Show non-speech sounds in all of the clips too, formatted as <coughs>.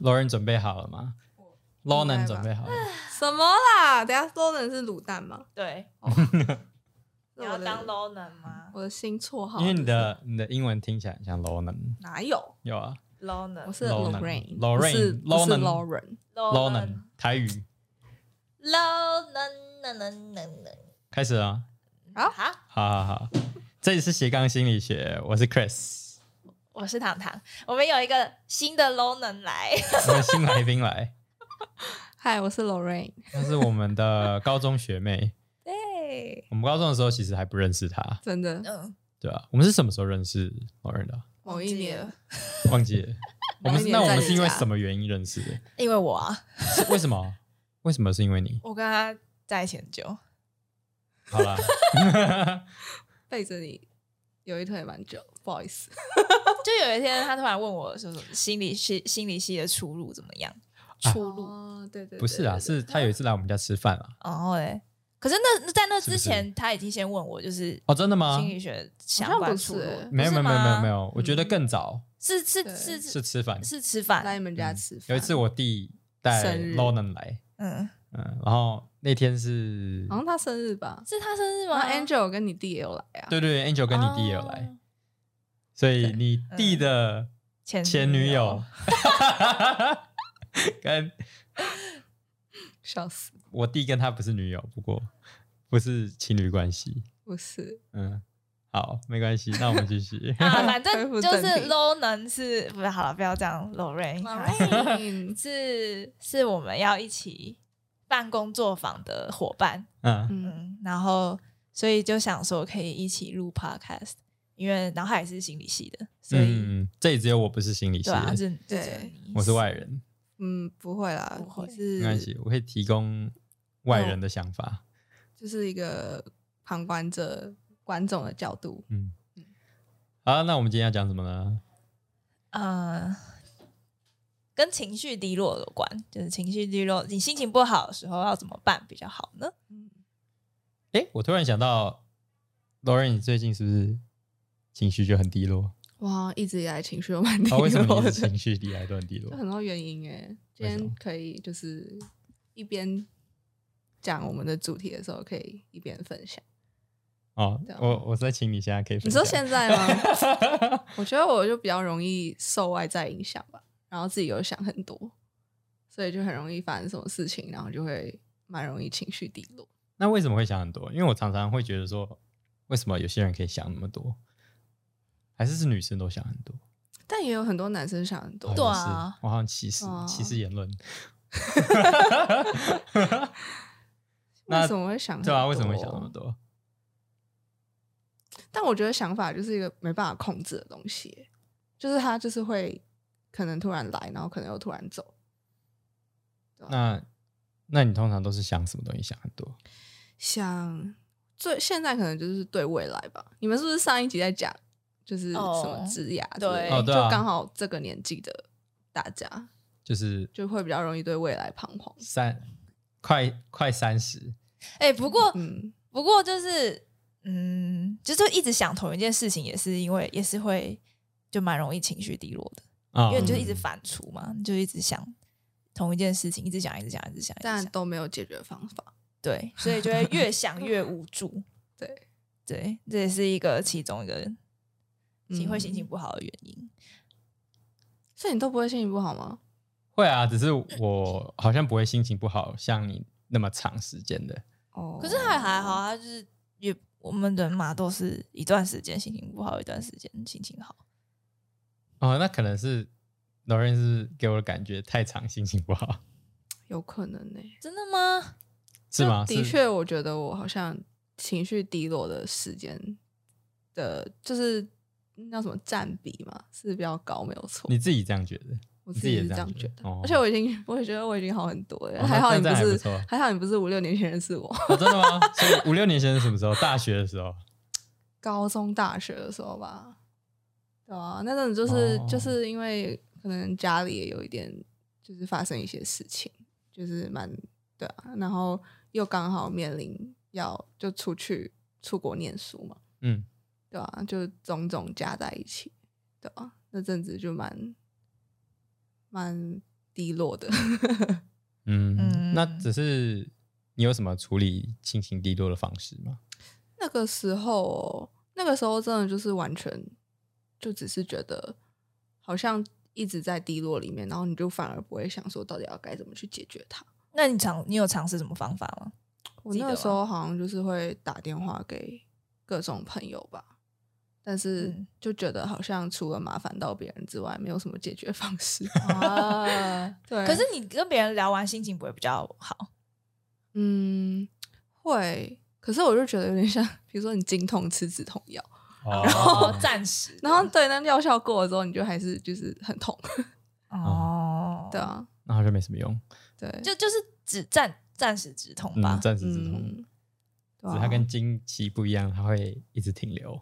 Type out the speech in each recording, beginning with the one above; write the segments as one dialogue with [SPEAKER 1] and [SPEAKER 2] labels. [SPEAKER 1] Lauren 准备好了吗
[SPEAKER 2] 应
[SPEAKER 1] ？Lauren
[SPEAKER 2] 该吧
[SPEAKER 1] 准备好了，
[SPEAKER 2] 什么啦？等一下 l o n 是卤蛋吗？
[SPEAKER 3] 对，
[SPEAKER 1] 哦
[SPEAKER 3] <laughs>
[SPEAKER 2] 是
[SPEAKER 3] 你要
[SPEAKER 2] 我的
[SPEAKER 3] 当 low 能吗
[SPEAKER 2] 我的新绰号，
[SPEAKER 1] 因为你的你的英文听起来很像 Lauren，
[SPEAKER 2] 哪有？
[SPEAKER 1] 有啊
[SPEAKER 3] ？low
[SPEAKER 2] 我
[SPEAKER 3] 能
[SPEAKER 2] 是
[SPEAKER 1] Lonan Lorraine，
[SPEAKER 2] Lorraine，不是不是
[SPEAKER 1] Lonan
[SPEAKER 2] Lauren，
[SPEAKER 3] ，low
[SPEAKER 1] ，Lauren
[SPEAKER 3] 能
[SPEAKER 1] 台语
[SPEAKER 3] ，low 能能能能能
[SPEAKER 1] 开始啊，
[SPEAKER 2] 啊
[SPEAKER 3] 好，
[SPEAKER 1] 好好好，这里是斜杠心理学，我是 Chris，
[SPEAKER 3] 我是糖糖，我们有一个新的 low 能来，
[SPEAKER 1] 我们新来宾来， <laughs>
[SPEAKER 2] 嗨，我是 Lorraine，
[SPEAKER 1] 她是我们的高中学妹，
[SPEAKER 3] <laughs> 对，
[SPEAKER 1] 我们高中的时候其实还不认识她，
[SPEAKER 2] 真的
[SPEAKER 3] 嗯，
[SPEAKER 1] 对吧、我们是什么时候认识 Lauren 的啊？
[SPEAKER 2] 某一年，
[SPEAKER 1] 忘记了，我们是那我们是因为什么原因认识的？
[SPEAKER 3] 因为我啊，
[SPEAKER 1] 是为什么？为什么是因为你？
[SPEAKER 3] 我跟他在一起很久，
[SPEAKER 1] 好啦，
[SPEAKER 2] 背着你有一腿蛮久，不好意思。
[SPEAKER 3] 就有一天他突然问我说什么心理系心理系的出路怎么样，
[SPEAKER 1] 啊
[SPEAKER 3] 出路，
[SPEAKER 2] 哦， <laughs> 对对，
[SPEAKER 1] 不是啊，
[SPEAKER 2] 对
[SPEAKER 1] 是他有一次来我们家吃饭啊。
[SPEAKER 3] 然后嘞，哦哎可是那在那之
[SPEAKER 1] 是
[SPEAKER 3] 前他已经先问我就是
[SPEAKER 1] 哦，真的吗
[SPEAKER 3] 心？理学相
[SPEAKER 2] 好像
[SPEAKER 3] 关
[SPEAKER 2] 不
[SPEAKER 3] 出路
[SPEAKER 2] 是，
[SPEAKER 1] 没有没有没有没有没有，我觉得
[SPEAKER 3] 嗯
[SPEAKER 1] 更早
[SPEAKER 3] 是是
[SPEAKER 2] 对
[SPEAKER 3] 是
[SPEAKER 1] 是吃饭。
[SPEAKER 3] 嗯是吃
[SPEAKER 2] 来
[SPEAKER 3] 饭，
[SPEAKER 2] 你们家吃饭。
[SPEAKER 1] 嗯有一次我弟带
[SPEAKER 2] 生日
[SPEAKER 1] Lonan 来，
[SPEAKER 3] 嗯，
[SPEAKER 1] 嗯，然后那天是
[SPEAKER 2] 好，像他生日吧，
[SPEAKER 3] 是他生日
[SPEAKER 2] 然
[SPEAKER 3] 吗
[SPEAKER 2] 后 Angel 跟你弟也有来啊。
[SPEAKER 1] 对对对，Angel 跟你弟也有来，
[SPEAKER 3] 哦
[SPEAKER 1] 所以你弟
[SPEAKER 3] 嗯
[SPEAKER 1] 的
[SPEAKER 3] 前。
[SPEAKER 1] 前女友， <laughs> 跟
[SPEAKER 2] 笑死，
[SPEAKER 1] 我弟跟他不是女友，不过不是情侣关系，
[SPEAKER 2] 不是
[SPEAKER 1] 嗯，好，没关系，那我们继续
[SPEAKER 3] <laughs> 啊，反正就
[SPEAKER 2] 恢复正
[SPEAKER 3] 是
[SPEAKER 2] 题
[SPEAKER 3] low 能是不是好了，不要这样 low rain，
[SPEAKER 2] Lorraine
[SPEAKER 3] 是是我们要一起办工作坊的伙伴，
[SPEAKER 1] 嗯，
[SPEAKER 2] <laughs> 嗯，
[SPEAKER 3] 嗯，然后所以就想说可以一起录 podcast，因为然后他也是心理系的，所以、
[SPEAKER 1] 嗯，这里只有我不是心理系
[SPEAKER 3] 对啊，
[SPEAKER 1] 的，
[SPEAKER 3] 就
[SPEAKER 2] 对
[SPEAKER 3] 对，就你
[SPEAKER 1] 我是外人，
[SPEAKER 2] 嗯，不会啦，
[SPEAKER 3] 不会
[SPEAKER 2] 你
[SPEAKER 1] 没关
[SPEAKER 2] 是
[SPEAKER 1] 系，我可以提供外人的想法。
[SPEAKER 2] 就是一个旁观者、观众的角度。
[SPEAKER 1] 嗯，好，那我们今天要讲什么呢？
[SPEAKER 3] 呃，跟情绪低落有关，就是情绪低落，你心情不好的时候要怎么办比较好呢？
[SPEAKER 2] 嗯，
[SPEAKER 1] 诶，我突然想到，Lauren，你最近是不是情绪就很低落？
[SPEAKER 2] <laughs> 哇，一直以来情绪都蛮低
[SPEAKER 1] 啊，为什么
[SPEAKER 2] 落
[SPEAKER 1] 你
[SPEAKER 2] 的，
[SPEAKER 1] 的情绪低还都很低
[SPEAKER 2] 就 <laughs>
[SPEAKER 1] 落？
[SPEAKER 2] 很多原因哎。今
[SPEAKER 1] 为什
[SPEAKER 2] 天
[SPEAKER 1] 么
[SPEAKER 2] 可以就是一边讲我们的主题的时候，可以一边分享。
[SPEAKER 1] 哦
[SPEAKER 2] 对啊，
[SPEAKER 1] 我我在请你现在可以分
[SPEAKER 2] 你
[SPEAKER 1] 享。
[SPEAKER 2] 说现在吗？我觉得我就比较容易受外在影响吧，然后自己又想很多，所以就很容易发生什么事情，然后就会蛮容易情绪低落。
[SPEAKER 1] <laughs> 那为什么会想很多？因为我常常会觉得说，为什么有些人可以想那么多，还是是女生都想很多？
[SPEAKER 2] 但也有很多男生想很多，
[SPEAKER 1] 哦
[SPEAKER 3] 对啊
[SPEAKER 1] 好像是我好像歧视
[SPEAKER 2] 哦
[SPEAKER 1] 歧视言论， <laughs> 那
[SPEAKER 2] <laughs> 为什么会哦想？
[SPEAKER 1] 对啊，为什么会想那么？多？
[SPEAKER 2] 但我觉得想法就是一个没办法控制的东西，就是它就是会可能突然来，然后可能又突然走。
[SPEAKER 1] 那那你通常都是想什么东西想很多？
[SPEAKER 2] 像最现在可能就是对未来吧，你们是不是上一集在讲就是什么
[SPEAKER 3] 哦
[SPEAKER 2] 职涯之
[SPEAKER 3] 对
[SPEAKER 2] 类的？
[SPEAKER 3] 哦
[SPEAKER 1] 对啊
[SPEAKER 2] 就刚好这个年纪的大家
[SPEAKER 1] 就是
[SPEAKER 2] 就会比较容易对未来彷徨。
[SPEAKER 1] 三快快三十，
[SPEAKER 3] 哎、不过
[SPEAKER 2] 嗯，
[SPEAKER 3] 不过就是，嗯，就是一直想同一件事情，也是因为也是会就蛮容易情绪低落的，
[SPEAKER 1] 啊
[SPEAKER 3] 因为你就一直反刍嘛，你就一直想同一件事情，一直想，一直想，一直想，一直
[SPEAKER 2] 但
[SPEAKER 3] 想，
[SPEAKER 2] 都没有解决方法。
[SPEAKER 3] 对，所以就会越想越无助。
[SPEAKER 2] 对，
[SPEAKER 3] <laughs> 对，这也是一个其中一个你会心情
[SPEAKER 2] 嗯
[SPEAKER 3] 不好的原因。
[SPEAKER 2] 所以你都不会心情不好吗？
[SPEAKER 1] 会啊，只是我好像不会心情不好，像你那么长时间的。
[SPEAKER 2] 哦，
[SPEAKER 3] 可是还还好，啊，就是也我们人嘛，都是一段时间心情不好，一段时间心情好。
[SPEAKER 1] 哦，那可能是老人是给我的感觉太长，心情不好，
[SPEAKER 2] 有可能呢、
[SPEAKER 3] 真的吗？
[SPEAKER 1] 是吗？
[SPEAKER 2] 的
[SPEAKER 1] 是，
[SPEAKER 2] 确，我觉得我好像情绪低落的时间的，就是那叫什么占比嘛，是比较高，没有错。
[SPEAKER 1] 你自己这样觉得？
[SPEAKER 2] 我
[SPEAKER 1] 你
[SPEAKER 2] 自
[SPEAKER 1] 自己
[SPEAKER 2] 己
[SPEAKER 1] 也
[SPEAKER 2] 是
[SPEAKER 1] 这
[SPEAKER 2] 这
[SPEAKER 1] 样
[SPEAKER 2] 样
[SPEAKER 1] 觉
[SPEAKER 2] 觉
[SPEAKER 1] 得
[SPEAKER 2] 得，
[SPEAKER 1] 哦
[SPEAKER 2] 而且我已经，我也觉得我已经好很多了。
[SPEAKER 1] 哦
[SPEAKER 2] 还好你
[SPEAKER 1] 那这
[SPEAKER 2] 不
[SPEAKER 1] 样还
[SPEAKER 2] 是
[SPEAKER 1] 不错
[SPEAKER 2] 还好你不是五六年前认识我， <laughs>
[SPEAKER 1] 哦，真的吗？所以五六年前是什么时候？大学的时候。
[SPEAKER 2] 高中、大学的时候吧。对啊，那阵子就是、
[SPEAKER 1] 哦
[SPEAKER 2] 就是因为可能家里也有一点，就是发生一些事情，就是蛮对啊，然后又刚好面临要就出去出国念书嘛，
[SPEAKER 1] 嗯，
[SPEAKER 2] 对啊，就种种加在一起，对啊，那阵子就蛮蛮低落的。 <laughs>
[SPEAKER 1] 嗯，那
[SPEAKER 3] 嗯
[SPEAKER 1] 只是你有什么处理心情低落的方式吗？
[SPEAKER 2] 那个时候哦，那个时候真的就是完全就只是觉得好像一直在低落里面，然后你就反而不会想说到底要该怎么去解决它。
[SPEAKER 3] 那你尝你有尝试什么方法吗？
[SPEAKER 2] 我
[SPEAKER 3] 记
[SPEAKER 2] 那
[SPEAKER 3] 得啊
[SPEAKER 2] 个时候好像就是会打电话给各种朋友吧，但是
[SPEAKER 3] 嗯
[SPEAKER 2] 就觉得好像除了麻烦到别人之外，没有什么解决方式。 <laughs>
[SPEAKER 3] <laughs> 啊，
[SPEAKER 2] 对，
[SPEAKER 3] 可是你跟别人聊完，心情不会比较好
[SPEAKER 2] 嗯，会，可是我就觉得有点像，比如说你经痛吃止痛药，
[SPEAKER 3] 哦，暂时的，
[SPEAKER 2] 然后对那药效过了之后，你就还是就是很痛。
[SPEAKER 3] 哦，
[SPEAKER 2] 对，啊，
[SPEAKER 1] 那好像没什么用，
[SPEAKER 2] 对，
[SPEAKER 3] 就就是只暂暂时止痛吧
[SPEAKER 1] 嗯，，暂时止痛，
[SPEAKER 2] 嗯，对
[SPEAKER 1] 只
[SPEAKER 2] 啊
[SPEAKER 1] 是它跟经期不一样，它会一直停留。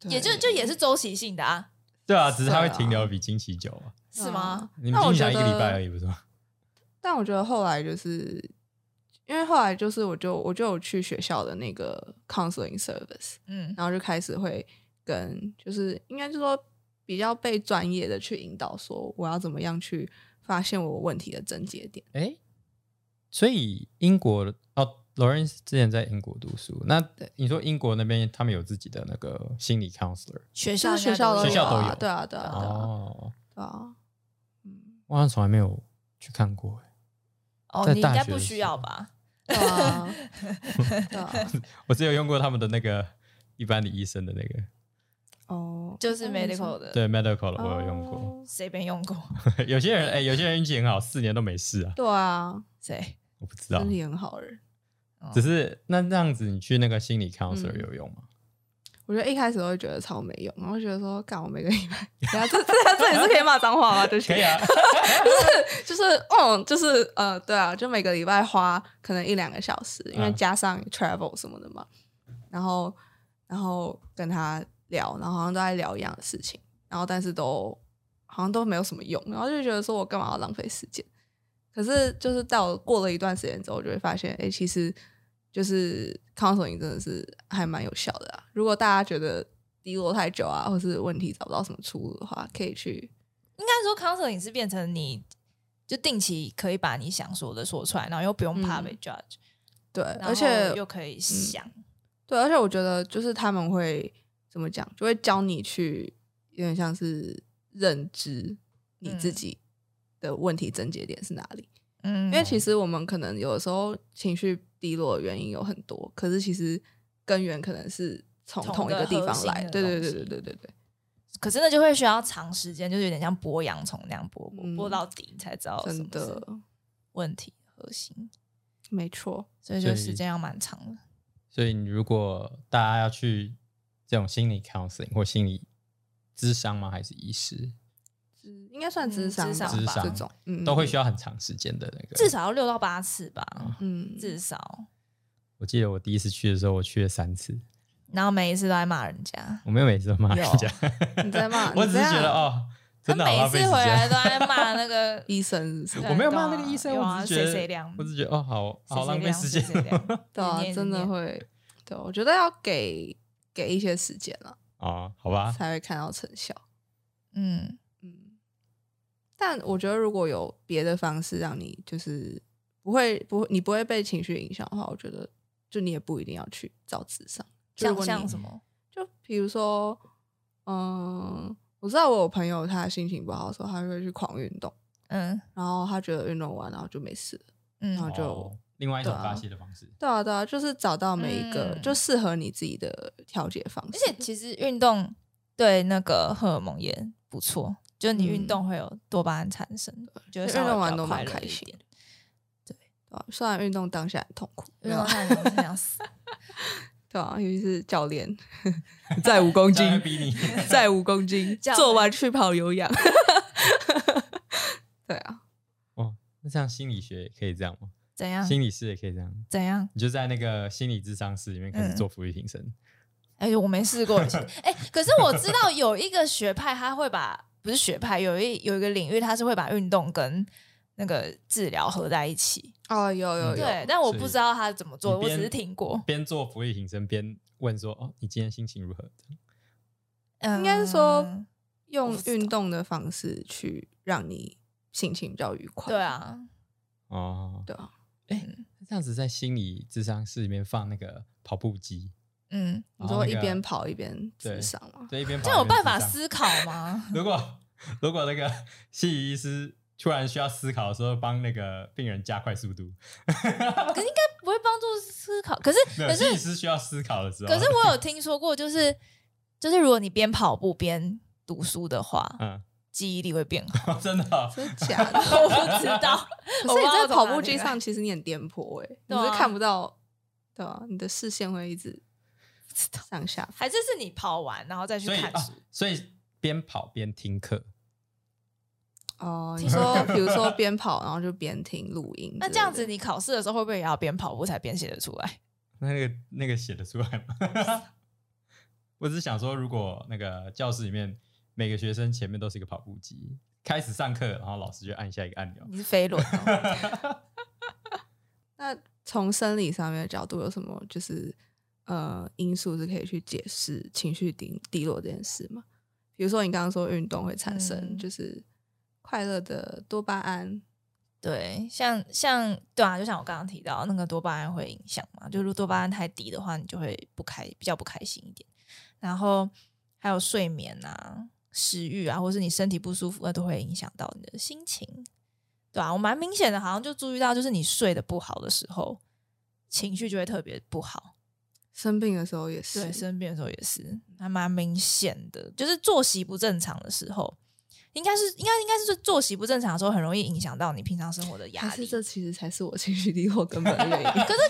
[SPEAKER 2] 对
[SPEAKER 3] 也就就也是周期性的啊，
[SPEAKER 1] 对啊，只是它会
[SPEAKER 2] 是啊
[SPEAKER 1] 停留比经期久啊。
[SPEAKER 2] 对啊
[SPEAKER 3] 是吗？
[SPEAKER 1] 你们
[SPEAKER 2] 那我
[SPEAKER 1] 经期才
[SPEAKER 2] 觉
[SPEAKER 1] 一个礼拜
[SPEAKER 2] 得
[SPEAKER 1] 而已，不是吗？
[SPEAKER 2] 但我觉得后来就是，因为后来就是我就我就有去学校的那个 counseling service，
[SPEAKER 3] 嗯
[SPEAKER 2] 然后就开始会跟就是应该就说比较被专业的去引导，说我要怎么样去发现我问题的症结点。
[SPEAKER 1] 哎，所以英国哦，Lawrence 之前在英国读书，那
[SPEAKER 2] 对
[SPEAKER 1] 你说英国那边他们有自己的那个心理 counselor
[SPEAKER 3] 学
[SPEAKER 2] 就
[SPEAKER 3] 校啊
[SPEAKER 2] 是学校
[SPEAKER 1] 都
[SPEAKER 2] 都
[SPEAKER 1] 有学校都
[SPEAKER 2] 啊
[SPEAKER 1] 有
[SPEAKER 2] 对啊，对啊，对啊，
[SPEAKER 1] 哦，
[SPEAKER 2] 对啊，嗯，
[SPEAKER 1] 我好像从来没有去看过，诶
[SPEAKER 3] 哦，
[SPEAKER 1] 在
[SPEAKER 3] 你应
[SPEAKER 1] 大
[SPEAKER 3] 该
[SPEAKER 1] 学
[SPEAKER 3] 不
[SPEAKER 1] 的
[SPEAKER 3] 需
[SPEAKER 1] 时
[SPEAKER 3] 要
[SPEAKER 1] 候
[SPEAKER 3] 吧？
[SPEAKER 2] 对啊，对啊，
[SPEAKER 1] 我只有用过他们的那个一般的医生的那个
[SPEAKER 2] 哦，
[SPEAKER 3] <laughs> 就是 medical
[SPEAKER 2] 哦
[SPEAKER 3] 的，
[SPEAKER 1] 对 medical 的，
[SPEAKER 2] 你说
[SPEAKER 1] 我有用过。 <laughs>
[SPEAKER 2] 哦
[SPEAKER 3] 谁没用过？ <laughs>
[SPEAKER 1] 有些人哎，有些人运气很好，四年都没事啊，
[SPEAKER 2] 对啊，
[SPEAKER 3] 谁？
[SPEAKER 1] 我不知道
[SPEAKER 2] 身。体很好的欸人。
[SPEAKER 3] 哦
[SPEAKER 1] 只是那那样子，你去那个心理 counselor
[SPEAKER 2] 嗯
[SPEAKER 1] 有用吗？
[SPEAKER 2] 我觉得一开始我会觉得超没用，然后觉得说，干我每个礼拜， <laughs> 然后这这这也是可以骂脏话吗？对不起
[SPEAKER 1] 可，以啊，
[SPEAKER 2] 就是嗯，就是呃，对啊，就每个礼拜花可能一两个小时，因为
[SPEAKER 1] 嗯
[SPEAKER 2] 加上 travel 什么的嘛，然后然后跟他聊，然后好像都在聊一样的事情，然后但是都好像都没有什么用，然后就觉得说我干嘛要浪费时间？可是就是到过了一段时间之后，我就会发现，哎、其实就是 counseling 真的是还蛮有效的啊。如果大家觉得低落太久啊，或是问题找不到什么出路的话，可以去
[SPEAKER 3] 应该说 counseling 是变成你就定期可以把你想说的说出来，然后又不用怕
[SPEAKER 2] 嗯
[SPEAKER 3] 被 judge，
[SPEAKER 2] 对，
[SPEAKER 3] 然
[SPEAKER 2] 而且
[SPEAKER 3] 后又可以想，
[SPEAKER 2] 对，而且我觉得就是他们会怎么讲，就会教你去有点像是认知你自
[SPEAKER 3] 嗯
[SPEAKER 2] 己的问题症结点是哪里。
[SPEAKER 3] 嗯
[SPEAKER 2] 因为其实我们可能有的时候情绪低落的原因有很多，可是其实根源可能是从
[SPEAKER 3] 同
[SPEAKER 2] 同一
[SPEAKER 3] 个
[SPEAKER 2] 个地
[SPEAKER 3] 核
[SPEAKER 2] 方
[SPEAKER 3] 心
[SPEAKER 2] 来。
[SPEAKER 3] 的
[SPEAKER 2] 对对
[SPEAKER 3] 东
[SPEAKER 2] 对
[SPEAKER 3] 西
[SPEAKER 2] 对对对对。
[SPEAKER 3] 可是那就会需要长时间，就是有点像剥洋葱那样剥，剥、
[SPEAKER 2] 嗯
[SPEAKER 3] 剥到底你才知道哦什
[SPEAKER 2] 真
[SPEAKER 3] 么是
[SPEAKER 2] 的，
[SPEAKER 3] 问题核心，
[SPEAKER 2] 没错。
[SPEAKER 3] 所以就
[SPEAKER 1] 所
[SPEAKER 3] 时
[SPEAKER 1] 以
[SPEAKER 3] 间要蛮长的。
[SPEAKER 1] 所以，你如果大家要去这种心理 counseling 或心理咨商吗？还是医师，
[SPEAKER 2] 嗯应该算
[SPEAKER 3] 嗯
[SPEAKER 2] 智
[SPEAKER 3] 智
[SPEAKER 2] 商吧，
[SPEAKER 3] 商
[SPEAKER 1] 吧
[SPEAKER 2] 这
[SPEAKER 1] 智
[SPEAKER 2] 种
[SPEAKER 1] 商，
[SPEAKER 2] 嗯，
[SPEAKER 1] 都会
[SPEAKER 2] 嗯
[SPEAKER 1] 需要很长时间的那个。
[SPEAKER 3] 至，少要六到八次吧，
[SPEAKER 2] 嗯，
[SPEAKER 3] 至少。
[SPEAKER 1] 我记得我第一次去的时候，我去了三次，
[SPEAKER 3] 然后每一次都在骂人家，
[SPEAKER 1] 我没有每次都 <laughs> 骂人家， <laughs>
[SPEAKER 3] 啊
[SPEAKER 2] 你在
[SPEAKER 3] <laughs>
[SPEAKER 2] 骂
[SPEAKER 1] 我只是
[SPEAKER 2] 你这样
[SPEAKER 1] 觉得哦，真的
[SPEAKER 3] 他
[SPEAKER 1] 好
[SPEAKER 3] 每
[SPEAKER 1] 浪
[SPEAKER 3] 次
[SPEAKER 1] 费时
[SPEAKER 3] 回
[SPEAKER 1] 间
[SPEAKER 3] 来都。在骂那个
[SPEAKER 2] 医生是不
[SPEAKER 3] 对
[SPEAKER 2] 是
[SPEAKER 1] <laughs> 我没有骂那个
[SPEAKER 3] 对啊
[SPEAKER 1] 医生，
[SPEAKER 3] 有啊
[SPEAKER 1] 我只是
[SPEAKER 3] 谁谁
[SPEAKER 1] 觉得
[SPEAKER 3] 凉，
[SPEAKER 1] 我只是觉得哦，好 <laughs> 好浪费时
[SPEAKER 3] 谁
[SPEAKER 1] 间
[SPEAKER 3] 谁凉谁谁凉
[SPEAKER 2] <laughs> 对啊
[SPEAKER 3] 你念，
[SPEAKER 2] 真
[SPEAKER 3] 你
[SPEAKER 2] 的
[SPEAKER 3] 念
[SPEAKER 2] 会，对，啊我觉得要给给一些时间了，
[SPEAKER 1] <laughs> 哦，好
[SPEAKER 3] 啊
[SPEAKER 1] 吧，
[SPEAKER 2] 才会看到成效。
[SPEAKER 3] 嗯。
[SPEAKER 2] 嗯，但我觉得如果有别的方式让你就是不会不会你不会被情绪影响的话，我觉得就你也不一定要去找智商，就如
[SPEAKER 3] 像
[SPEAKER 2] 果
[SPEAKER 3] 像
[SPEAKER 2] 你
[SPEAKER 3] 什么？
[SPEAKER 2] 就比如说，嗯，我知道我有朋友他心情不好的时候，他就会去狂运动，
[SPEAKER 3] 嗯
[SPEAKER 2] 然后他觉得运动完然后就没事了。
[SPEAKER 3] 嗯
[SPEAKER 2] 好我就
[SPEAKER 1] 哦另外一种
[SPEAKER 2] 对啊
[SPEAKER 1] 发泄的方
[SPEAKER 3] <laughs>
[SPEAKER 1] 式。
[SPEAKER 2] 对啊，对啊，就是找到每一个、
[SPEAKER 3] 嗯
[SPEAKER 2] 就适合你自己的调节方
[SPEAKER 3] 而
[SPEAKER 2] 式。
[SPEAKER 3] 且其实运动对那个荷尔蒙也不错，就你运动会有多巴胺产生，就会
[SPEAKER 2] 嗯运
[SPEAKER 3] 稍微
[SPEAKER 2] 动
[SPEAKER 3] 比
[SPEAKER 2] 完
[SPEAKER 3] 较
[SPEAKER 2] 都蛮
[SPEAKER 3] 快
[SPEAKER 2] 开
[SPEAKER 3] 乐一
[SPEAKER 2] 心
[SPEAKER 3] 点。
[SPEAKER 2] 对啊虽然运动当下很痛苦，
[SPEAKER 3] 运
[SPEAKER 2] 没有
[SPEAKER 3] 动
[SPEAKER 2] 啊
[SPEAKER 3] 完真的要死， <laughs>
[SPEAKER 2] 对啊，尤其是教 <laughs> 练，再五公
[SPEAKER 1] 这样会
[SPEAKER 2] 斤，
[SPEAKER 1] 逼你， <laughs>
[SPEAKER 2] 再五公斤，
[SPEAKER 3] 教练
[SPEAKER 2] 做完去跑有氧。对啊，
[SPEAKER 1] 那这样心理学也可以这样吗？
[SPEAKER 3] 怎样
[SPEAKER 1] 心理师也可以这样，
[SPEAKER 3] 怎样？
[SPEAKER 1] 你就在那个心理咨商室里面开始
[SPEAKER 3] 嗯
[SPEAKER 1] 做浮力挺身。
[SPEAKER 3] 哎、我没试过。其实哎、可是我知道有一个学派，他会把不是学派，有一有一个领域，他是会把运动跟那个治疗合在一起。
[SPEAKER 2] 哦，有有有，
[SPEAKER 3] 对，但我
[SPEAKER 1] 所以
[SPEAKER 3] 不知道他怎么
[SPEAKER 1] 嗯
[SPEAKER 3] 做，
[SPEAKER 1] 你
[SPEAKER 3] 我只
[SPEAKER 1] 边
[SPEAKER 3] 是听过。
[SPEAKER 1] 边做俯卧撑身边问说：“哦，你今天心情如何
[SPEAKER 3] 嗯
[SPEAKER 2] 应该是说用
[SPEAKER 3] 我不知道
[SPEAKER 2] 运动的方式去让你心情比较愉快。
[SPEAKER 3] 对，啊，嗯
[SPEAKER 1] 哦，
[SPEAKER 2] 对啊，
[SPEAKER 1] 这样子在心理智商室里面放那个跑步机，
[SPEAKER 3] 嗯，
[SPEAKER 2] 你
[SPEAKER 1] 然后
[SPEAKER 2] 说
[SPEAKER 1] 那
[SPEAKER 2] 一
[SPEAKER 1] 个
[SPEAKER 2] 边跑一边
[SPEAKER 1] 对
[SPEAKER 2] 自赏
[SPEAKER 1] <laughs>
[SPEAKER 2] 嘛？
[SPEAKER 1] 对，一边跑
[SPEAKER 3] 这样有
[SPEAKER 1] 一边
[SPEAKER 3] 办法
[SPEAKER 1] 智商
[SPEAKER 3] 思考
[SPEAKER 2] <laughs>
[SPEAKER 3] 吗？
[SPEAKER 1] 如果如果那个心理医师突然需要思考的时候，帮那个病人加快速度，
[SPEAKER 3] 不会帮助思考，可是
[SPEAKER 1] 没有
[SPEAKER 3] 可
[SPEAKER 1] 心理
[SPEAKER 3] 是
[SPEAKER 1] 师需要思考的时候，
[SPEAKER 3] 可是我有听说过，就是就是如果你边跑步边读书的话，
[SPEAKER 1] 嗯， <laughs>
[SPEAKER 3] 记忆力会变好。
[SPEAKER 1] 真的哦、
[SPEAKER 2] 真的假 <laughs> 的？
[SPEAKER 3] 我不知道，
[SPEAKER 1] <laughs>
[SPEAKER 2] 可是你在跑步机上，其实你很颠簸哎、
[SPEAKER 3] 对
[SPEAKER 2] 你
[SPEAKER 3] 啊
[SPEAKER 2] 是看不到，对啊，你的视线会一直上下浮。
[SPEAKER 3] 还是是你跑完然后再去
[SPEAKER 1] 所以
[SPEAKER 3] 看
[SPEAKER 1] 啊
[SPEAKER 3] 书？，
[SPEAKER 1] 所以边跑边听课，
[SPEAKER 2] 哦，你 <laughs> 说比如说边跑，然后就边听录音之类的，
[SPEAKER 3] 那这样子，你考试的时候会不会也要边跑步才边写得出来？
[SPEAKER 1] 那那个那个写得出来吗？ <laughs> 我只是想说，如果那个教室里面每个学生前面都是一个跑步机，开始上课，然后老师就按下一个
[SPEAKER 2] <laughs>
[SPEAKER 1] 按钮，
[SPEAKER 3] 你是飞轮、哦，
[SPEAKER 2] 那从生理上面的角度有什么就是呃因素是可以去解释情绪低低落这件事吗？比如说你刚刚说运动会产生
[SPEAKER 3] 嗯
[SPEAKER 2] 就是快乐的多巴胺，
[SPEAKER 3] 对，像像对啊，就像我刚刚提到那个多巴胺会影响嘛，就如果多巴胺太低的话，你就会不开比较不开心一点。然后还有睡眠啊、食欲啊，或是你身体不舒服，那都会影响到你的心情。对啊，我蛮明显的，好像就注意到，就是你睡得不好的时候，情绪就会特别不好。
[SPEAKER 2] 生病的时候也
[SPEAKER 3] 对，
[SPEAKER 2] 是，
[SPEAKER 3] 生病的时候也是，还蛮明显的，就是作息不正常的时候，应该是应该应该是作息不正常的时候，很容易影响到你平常生活的
[SPEAKER 2] 但
[SPEAKER 3] 压
[SPEAKER 2] 是
[SPEAKER 3] 力。
[SPEAKER 2] 这其实才是我情绪低落根本的原因。可是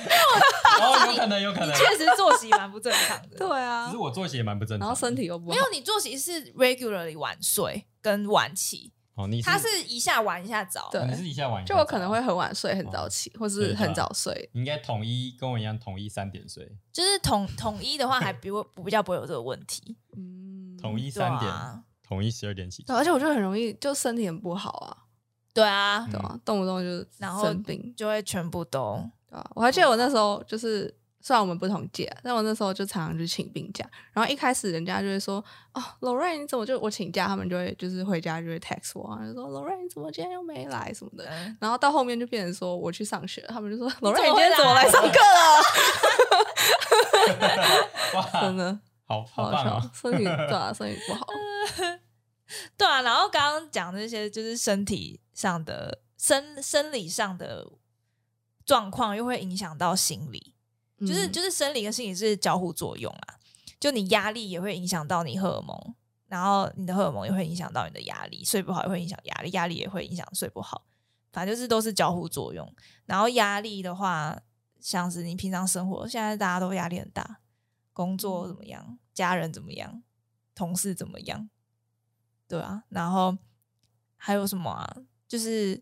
[SPEAKER 1] 哦，有可能，有可
[SPEAKER 3] 你
[SPEAKER 1] 能，
[SPEAKER 3] 确实作息蛮不正常
[SPEAKER 2] <laughs>
[SPEAKER 3] 的，
[SPEAKER 2] 对啊
[SPEAKER 1] 只是，我作息也蛮不正常的，
[SPEAKER 2] 然后身体又不
[SPEAKER 3] 没
[SPEAKER 2] 好，
[SPEAKER 3] 有你作息是 regularly 晚睡跟晚起，
[SPEAKER 1] 哦，你哦
[SPEAKER 3] 它是一下晚一下早，
[SPEAKER 2] 对
[SPEAKER 1] 你是一下晚一下
[SPEAKER 2] 就
[SPEAKER 1] 早
[SPEAKER 2] 我可能会很晚睡，很早起，或
[SPEAKER 1] 对
[SPEAKER 2] 是
[SPEAKER 1] 对啊
[SPEAKER 2] 很早睡。
[SPEAKER 1] 你应该统一跟我一样统一三点睡，
[SPEAKER 2] 嗯
[SPEAKER 3] 就是统统一的话还比我比较不会有这个问题，
[SPEAKER 2] 嗯，
[SPEAKER 1] 统一
[SPEAKER 3] 对
[SPEAKER 1] 三点，
[SPEAKER 3] 啊，
[SPEAKER 1] 统一十二点起
[SPEAKER 2] 对，而且我就很容易就身体很不好啊，
[SPEAKER 3] 对啊
[SPEAKER 1] 嗯，
[SPEAKER 2] 对啊，动不动就
[SPEAKER 3] 然后
[SPEAKER 2] 生病，
[SPEAKER 3] 就会全部都
[SPEAKER 2] 对啊，我还记得我那时候就是，虽然我们不同届，啊但我那时候就常常去请病假。然后一开始人家就会说：“哦，Lorraine 你怎么就我请假？”他们就会就是回家就会 text 我、啊，就说：“Lorraine 你怎么今天又没来什么的。
[SPEAKER 3] 嗯”
[SPEAKER 2] 然后到后面就变成说我去上学，他们就说
[SPEAKER 3] 么会
[SPEAKER 2] ：“Lorraine 你今天怎么来上课了
[SPEAKER 1] 哇，？”
[SPEAKER 2] 真的
[SPEAKER 1] 好
[SPEAKER 2] 好
[SPEAKER 1] 啊好棒
[SPEAKER 2] 笑
[SPEAKER 1] 哦！，
[SPEAKER 2] 身体对啊，身体不好，
[SPEAKER 3] <laughs> 对啊，然后刚刚讲这些就是身体上的生生理上的状况，又会影响到心理，就是
[SPEAKER 2] 嗯
[SPEAKER 3] 就是生理跟心理是交互作用啊。就你压力也会影响到你荷尔蒙，然后你的荷尔蒙也会影响到你的压力，睡不好也会影响压力，压力也会影响睡不好，反正就是都是交互作用。然后压力的话，像是你平常生活，现在大家都压力很大，工作怎么样，家人怎么样，同事怎么样，对啊，然后还有什么啊？就是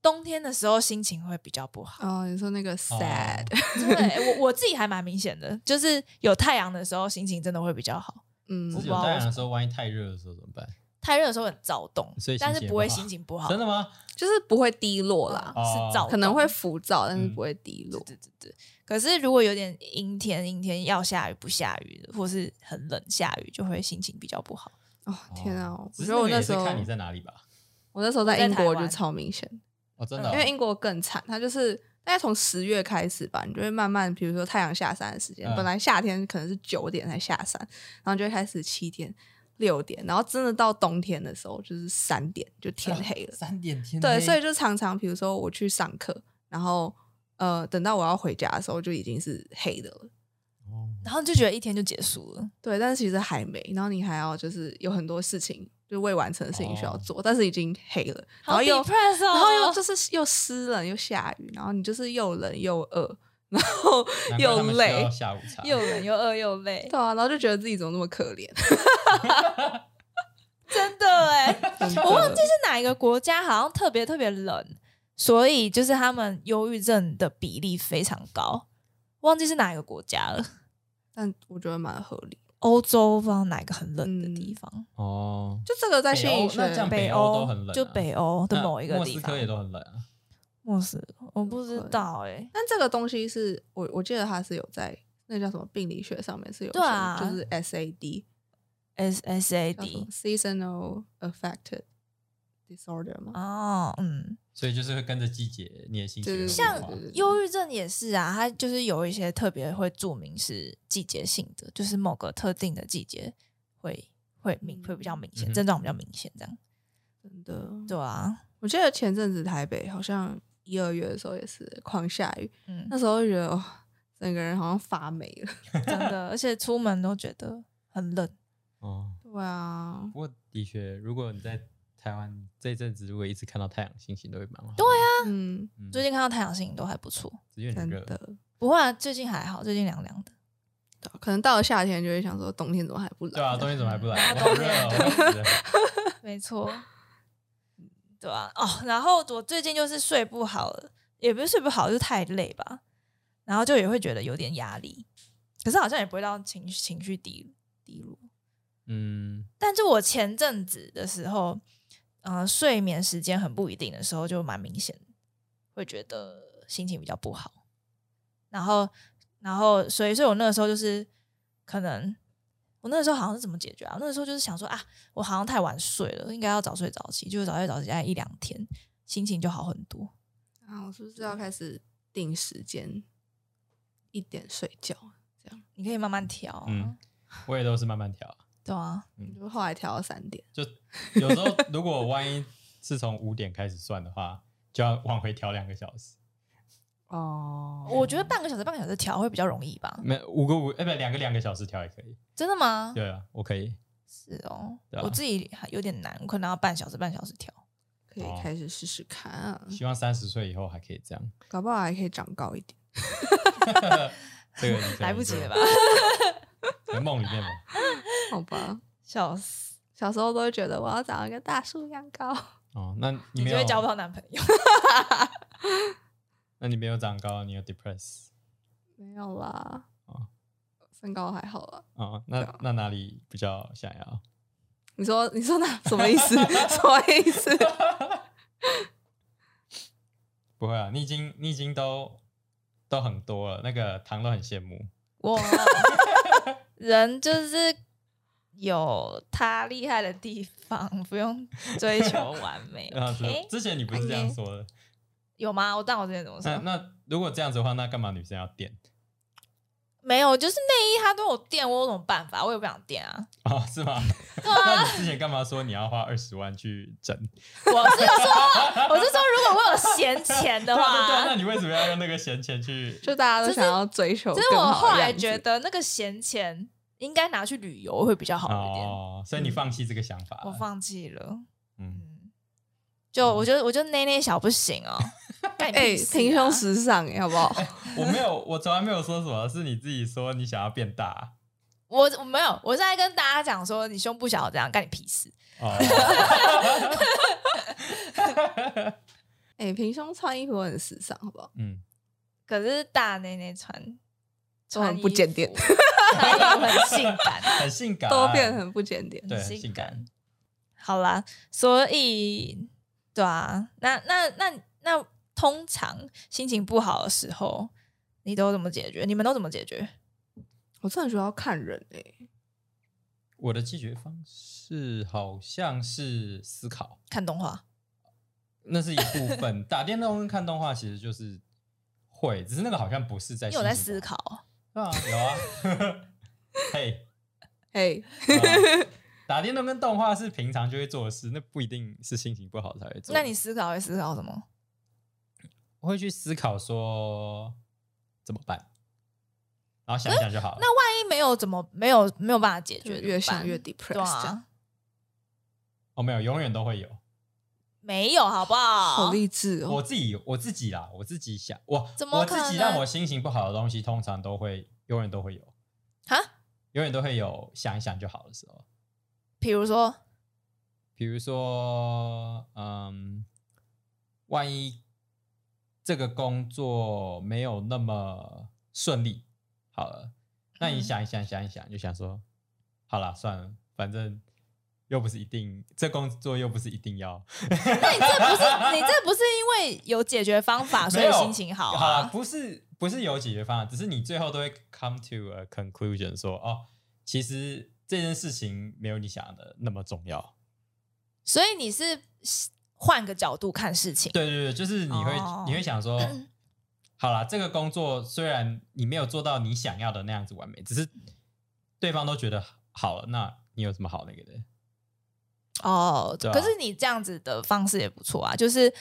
[SPEAKER 3] 冬天的时候心情会比较不好。
[SPEAKER 2] 哦，你说那个 sad，、
[SPEAKER 1] <laughs>
[SPEAKER 3] 对我我自己还蛮明显的，就是有太阳的时候心情真的会比较好，
[SPEAKER 2] 嗯
[SPEAKER 1] 只
[SPEAKER 3] 我
[SPEAKER 1] 是
[SPEAKER 3] 不知
[SPEAKER 1] 有
[SPEAKER 3] 道
[SPEAKER 1] 太
[SPEAKER 3] 为
[SPEAKER 1] 阳
[SPEAKER 3] 什
[SPEAKER 1] 的时候，万一太热的时候怎么办？
[SPEAKER 3] 太热的时候很躁动，
[SPEAKER 1] 所以心情
[SPEAKER 3] 但是
[SPEAKER 1] 也
[SPEAKER 3] 不
[SPEAKER 1] 不
[SPEAKER 3] 会
[SPEAKER 1] 好
[SPEAKER 3] 心情不好，
[SPEAKER 1] 真的吗？
[SPEAKER 2] 就是不会低落啦，
[SPEAKER 1] 哦
[SPEAKER 3] 是躁动，
[SPEAKER 2] 可能会浮躁，但是
[SPEAKER 1] 嗯
[SPEAKER 2] 不会低落。
[SPEAKER 3] 对对对。可是如果有点阴天，阴天要下雨不下雨的，或是很冷下雨，就会心情比较不好。
[SPEAKER 2] 哦，天啊！
[SPEAKER 1] 哦
[SPEAKER 2] 我
[SPEAKER 1] 只
[SPEAKER 2] 觉
[SPEAKER 1] 是
[SPEAKER 2] 得我
[SPEAKER 1] 那个也
[SPEAKER 2] 时
[SPEAKER 1] 是
[SPEAKER 2] 候
[SPEAKER 1] 看你在哪里吧。
[SPEAKER 2] 我那时候在
[SPEAKER 3] 我在
[SPEAKER 2] 英
[SPEAKER 3] 台
[SPEAKER 2] 国就
[SPEAKER 3] 湾
[SPEAKER 2] 超明显，
[SPEAKER 1] 哦，真的哦，
[SPEAKER 2] 因为英国更惨，它就是大概从十月开始吧，你就会慢慢，比如说太阳下山的时间，
[SPEAKER 1] 嗯
[SPEAKER 2] 本来夏天可能是九点才下山，然后就会开始七点、六点，然后真的到冬天的时候就是三点就天黑了。
[SPEAKER 1] 啊三点天黑
[SPEAKER 2] 对，所以就常常比如说我去上课，然后呃等到我要回家的时候就已经是黑的了。
[SPEAKER 1] 哦
[SPEAKER 3] 然后就觉得一天就结束了，
[SPEAKER 2] 对，但是其实还没，然后你还要就是有很多事情就未完成的事情需要
[SPEAKER 1] 哦
[SPEAKER 2] 做，但是已经黑了，然
[SPEAKER 3] 好
[SPEAKER 2] 后
[SPEAKER 3] d
[SPEAKER 2] 又
[SPEAKER 3] e p r e s s 哦，
[SPEAKER 2] 然后
[SPEAKER 3] <laughs>
[SPEAKER 2] 又就是又湿冷又下雨，然后你就是又冷又饿，然
[SPEAKER 3] <laughs>
[SPEAKER 2] 后
[SPEAKER 1] 难怪他
[SPEAKER 2] 又
[SPEAKER 1] 们需
[SPEAKER 2] 累
[SPEAKER 1] 要，下午茶
[SPEAKER 3] 又冷又饿又累，
[SPEAKER 2] 对啊，然后就觉得自己怎么那么可
[SPEAKER 3] <laughs>
[SPEAKER 2] 怜。
[SPEAKER 3] 真的哎。 <laughs>
[SPEAKER 2] 真的
[SPEAKER 3] 我忘记是哪一个国家，好像特别特别冷，所以就是他们忧郁症的比例非常高。忘记是哪一个国家了，
[SPEAKER 2] 但我觉得蛮合理。
[SPEAKER 3] 欧洲不知道哪一个很冷的地方，
[SPEAKER 1] 哦。
[SPEAKER 2] 就这个在
[SPEAKER 1] 北
[SPEAKER 2] 心理
[SPEAKER 1] 欧那这样
[SPEAKER 2] 学，
[SPEAKER 1] 北欧
[SPEAKER 3] 欧
[SPEAKER 1] 都很冷啊
[SPEAKER 3] 就北欧的
[SPEAKER 1] 那
[SPEAKER 3] 某一个
[SPEAKER 1] 莫
[SPEAKER 3] 地
[SPEAKER 1] 斯
[SPEAKER 3] 方
[SPEAKER 1] 科。也都很冷啊。
[SPEAKER 3] 莫斯科，我不知道哎、
[SPEAKER 2] 但这个东西是我我记得它是有在那叫什么病理学上面是有
[SPEAKER 3] 对啊
[SPEAKER 2] 说就是 SAD
[SPEAKER 3] S S A
[SPEAKER 2] 叫什么
[SPEAKER 3] D
[SPEAKER 2] seasonal affected disorder 吗？
[SPEAKER 3] 哦，嗯，
[SPEAKER 1] 所以就是会跟着季节，你的心情
[SPEAKER 2] 对对
[SPEAKER 1] 会变
[SPEAKER 2] 对
[SPEAKER 3] 像
[SPEAKER 1] 化
[SPEAKER 2] 对对对
[SPEAKER 3] 忧郁症也是啊，它就是有一些特别会注明是季节性的，就是某个特定的季节会会明会比较明显，
[SPEAKER 1] 嗯哼
[SPEAKER 3] 症状比较明显，这样
[SPEAKER 2] 真的，
[SPEAKER 3] 对啊，
[SPEAKER 2] 我记得前阵子台北好像一二月的时候也是狂下雨，
[SPEAKER 3] 嗯，
[SPEAKER 2] 那时候就觉得、哦、整个人好像发霉了。
[SPEAKER 3] <laughs> 真的，而且出门都觉得很冷，
[SPEAKER 1] 哦。
[SPEAKER 2] 对啊，
[SPEAKER 1] 不过的确，如果你在台湾这一阵子，如果一直看到太阳，心情都会蛮好。
[SPEAKER 3] 对
[SPEAKER 1] 啊，
[SPEAKER 2] 嗯，
[SPEAKER 1] 嗯、
[SPEAKER 3] 最近看到太阳星都还不错，
[SPEAKER 1] 只有点
[SPEAKER 2] 真
[SPEAKER 1] 热，
[SPEAKER 2] 的，
[SPEAKER 3] 不会啊，最近还好，最近凉凉的，
[SPEAKER 2] 对啊可能到了夏天就会想说，冬天怎么还不来？
[SPEAKER 1] 对啊，冬天怎么还不来？
[SPEAKER 3] 啊
[SPEAKER 1] 我好热哦，我要死了
[SPEAKER 3] 没错，对啊，哦，然后我最近就是睡不好了，也不是睡不好，就是太累吧，然后就也会觉得有点压力，可是好像也不会到情绪情绪低低落。
[SPEAKER 1] 嗯，
[SPEAKER 3] 但是我前阵子的时候，呃，睡眠时间很不一定的时候，就蛮明显，会觉得心情比较不好。然后，然后，所以，所以我那个时候就是可能，我那个时候好像是怎么解决啊？那个时候就是想说啊，我好像太晚睡了，应该要早睡早起，就是早睡早起，大概一两天，心情就好很多。
[SPEAKER 2] 啊，我是不是要开始定时间一点睡觉？
[SPEAKER 3] 你可以慢慢调、啊，
[SPEAKER 1] 嗯我也都是慢慢调。
[SPEAKER 3] 对啊，
[SPEAKER 2] 就后来调到三点，
[SPEAKER 1] 就有时候如果万一是从五点开始算的话，就要往回调两个小时，
[SPEAKER 2] 哦
[SPEAKER 3] 我觉得半个小时、半个小时调会比较容易吧？
[SPEAKER 1] 没五个五哎不两个两个小时调也可以。
[SPEAKER 3] 真的吗？
[SPEAKER 1] 对啊，我可以。
[SPEAKER 3] 是哦，
[SPEAKER 1] 对啊
[SPEAKER 3] 我自己还有点难，我可能要半小时、半小时调。
[SPEAKER 2] 可
[SPEAKER 1] 哦
[SPEAKER 2] 以开始试试看、啊，
[SPEAKER 1] 希望三十岁以后还可以这样。
[SPEAKER 2] 搞不好还可以长高一点。
[SPEAKER 1] 这个你可能
[SPEAKER 3] 来不及
[SPEAKER 1] 就
[SPEAKER 3] 了吧？？
[SPEAKER 1] 在梦里面吧。
[SPEAKER 2] 好吧，
[SPEAKER 3] 笑死！
[SPEAKER 2] 小时候都会觉得我要长得跟大树一样高，
[SPEAKER 1] 哦，那你
[SPEAKER 3] 你
[SPEAKER 1] 没
[SPEAKER 3] 就
[SPEAKER 1] 有
[SPEAKER 3] 会交不到男朋友。
[SPEAKER 1] 那你没有长高，你有 depress
[SPEAKER 2] 没有啦，
[SPEAKER 1] 哦
[SPEAKER 2] 身高还好啦。
[SPEAKER 1] 哦，那
[SPEAKER 2] 对啊
[SPEAKER 1] 那哪里比较想要？
[SPEAKER 2] 你说你说那什么意思？ <laughs> 什么意思？
[SPEAKER 1] 不会啊，你已经你已经都都很多了，那个糖都很羡慕。
[SPEAKER 3] <laughs> <laughs> 我人就是有他厉害的地方，不用追 <laughs> 求完
[SPEAKER 1] <laughs>
[SPEAKER 3] 美。
[SPEAKER 1] 然后
[SPEAKER 3] OK？
[SPEAKER 1] 之前你啊不是这样说的，
[SPEAKER 3] 有吗？我但我之前怎么
[SPEAKER 1] 嗯那
[SPEAKER 3] 说？
[SPEAKER 1] 那如果这样子的话，那干嘛女生要垫
[SPEAKER 3] 没有，就是内衣它都有垫，我有什么办法？我也不想垫
[SPEAKER 1] <laughs>
[SPEAKER 3] 啊。
[SPEAKER 1] 哦，是吗？那你之前干嘛说你要花二十万去整？
[SPEAKER 3] 我是说，我是说，如果我有闲钱的
[SPEAKER 1] <laughs> 对啊，那
[SPEAKER 3] 话，
[SPEAKER 1] 你为什么要用那个闲钱去？
[SPEAKER 2] 就大家都
[SPEAKER 3] 就是
[SPEAKER 2] 想要追求更
[SPEAKER 3] 就是我
[SPEAKER 2] 好
[SPEAKER 3] 后
[SPEAKER 2] 的样
[SPEAKER 3] 来
[SPEAKER 2] 子，
[SPEAKER 3] 觉得那个闲钱应该拿去旅游会比较好一点。嗯
[SPEAKER 1] 哦，所以你放弃这个想法了。
[SPEAKER 3] 我放弃了。
[SPEAKER 1] 嗯，
[SPEAKER 3] 嗯，就我觉得我觉得内内小不行
[SPEAKER 1] <laughs>
[SPEAKER 3] 哦，干你
[SPEAKER 2] 哎、
[SPEAKER 3] 屁事啊
[SPEAKER 2] 平胸时尚、欸好不好？
[SPEAKER 1] 我没有，我从来没有说什么，是你自己说你想要变
[SPEAKER 3] <laughs>
[SPEAKER 1] 大。
[SPEAKER 3] 我我没有，我现在跟大家讲说你胸部小这样干你屁事，
[SPEAKER 1] 哦，
[SPEAKER 2] 哎、平胸穿衣服很时尚，好不好？
[SPEAKER 1] 嗯，
[SPEAKER 3] 可是大内内穿
[SPEAKER 2] 都
[SPEAKER 3] 穿
[SPEAKER 2] 很不检点
[SPEAKER 3] 衣服穿衣服很性
[SPEAKER 2] <laughs>
[SPEAKER 3] 感，
[SPEAKER 1] 很性感，
[SPEAKER 2] 都变得很不检点。
[SPEAKER 1] 对，很
[SPEAKER 3] 性
[SPEAKER 1] 性感
[SPEAKER 3] 感。好啦，所以对啊，那那那那通常心情不好的时候，你都怎么解决？你们都怎么解决？
[SPEAKER 2] 我真的觉得要看人哎、
[SPEAKER 1] 我的解决方式好像是思考，
[SPEAKER 3] 看动画，
[SPEAKER 1] 那是一部分。打电动跟看动画其实就是会，只是那个好像不是在
[SPEAKER 3] 因为我在
[SPEAKER 1] 心
[SPEAKER 3] 思
[SPEAKER 1] 情不
[SPEAKER 3] 考
[SPEAKER 1] 好。
[SPEAKER 3] 哦，
[SPEAKER 1] 对啊，有
[SPEAKER 3] <laughs>
[SPEAKER 1] 啊。嘿，
[SPEAKER 2] 嘿，
[SPEAKER 1] 对啊打电动跟动画是平常就会做的事，那不一定是心情不好才会做。
[SPEAKER 3] 那你思考会思考什么？
[SPEAKER 1] 我会去思考说怎么办，然后
[SPEAKER 3] 嗯
[SPEAKER 1] 想一想就好了。
[SPEAKER 3] 那万一没有怎么没有没有办法解
[SPEAKER 2] 就
[SPEAKER 3] 决，
[SPEAKER 2] 越
[SPEAKER 3] 怎么
[SPEAKER 2] 想
[SPEAKER 3] 办
[SPEAKER 2] 越 depressed
[SPEAKER 3] 对
[SPEAKER 2] 这样
[SPEAKER 3] 啊，
[SPEAKER 1] 哦，没有，永远都会有。
[SPEAKER 3] 没有好不好？
[SPEAKER 2] 好励志哦！
[SPEAKER 1] 我自己我自己啦，我自己想，我
[SPEAKER 3] 怎么
[SPEAKER 1] 我
[SPEAKER 3] 可能
[SPEAKER 1] 自己让我心情不好的东西，通常都会永远都会有，
[SPEAKER 3] 啊，
[SPEAKER 1] 永远都会有想一想就好的时候。
[SPEAKER 3] 比如说，
[SPEAKER 1] 比如说，嗯，万一这个工作没有那么顺利，好了，那你
[SPEAKER 3] 嗯
[SPEAKER 1] 想一想，想一想，就想说，好啦，算了，反正又不是一定，这工作又不是一定要，
[SPEAKER 3] 那你这不是你这不是因为有解决方法，啊所
[SPEAKER 1] 没
[SPEAKER 3] 以
[SPEAKER 1] 有
[SPEAKER 3] 心情好
[SPEAKER 1] 好啦
[SPEAKER 3] 啊？
[SPEAKER 1] 不是不是有解决方案，只是你最后都会 come to a conclusion 说哦，其实这件事情没有你想的那么重要。
[SPEAKER 3] 所以你是换个角度看事情。
[SPEAKER 1] 对对对，就是你会、
[SPEAKER 3] 哦
[SPEAKER 1] 你会想
[SPEAKER 3] <coughs>
[SPEAKER 1] 说，好啦，这个工作虽然你没有做到你想要的那样子完美，只是对方都觉得好了，那你有什么好那个的？
[SPEAKER 3] 哦，
[SPEAKER 1] 对啊
[SPEAKER 3] 可是你这样子的方式也不错啊，就是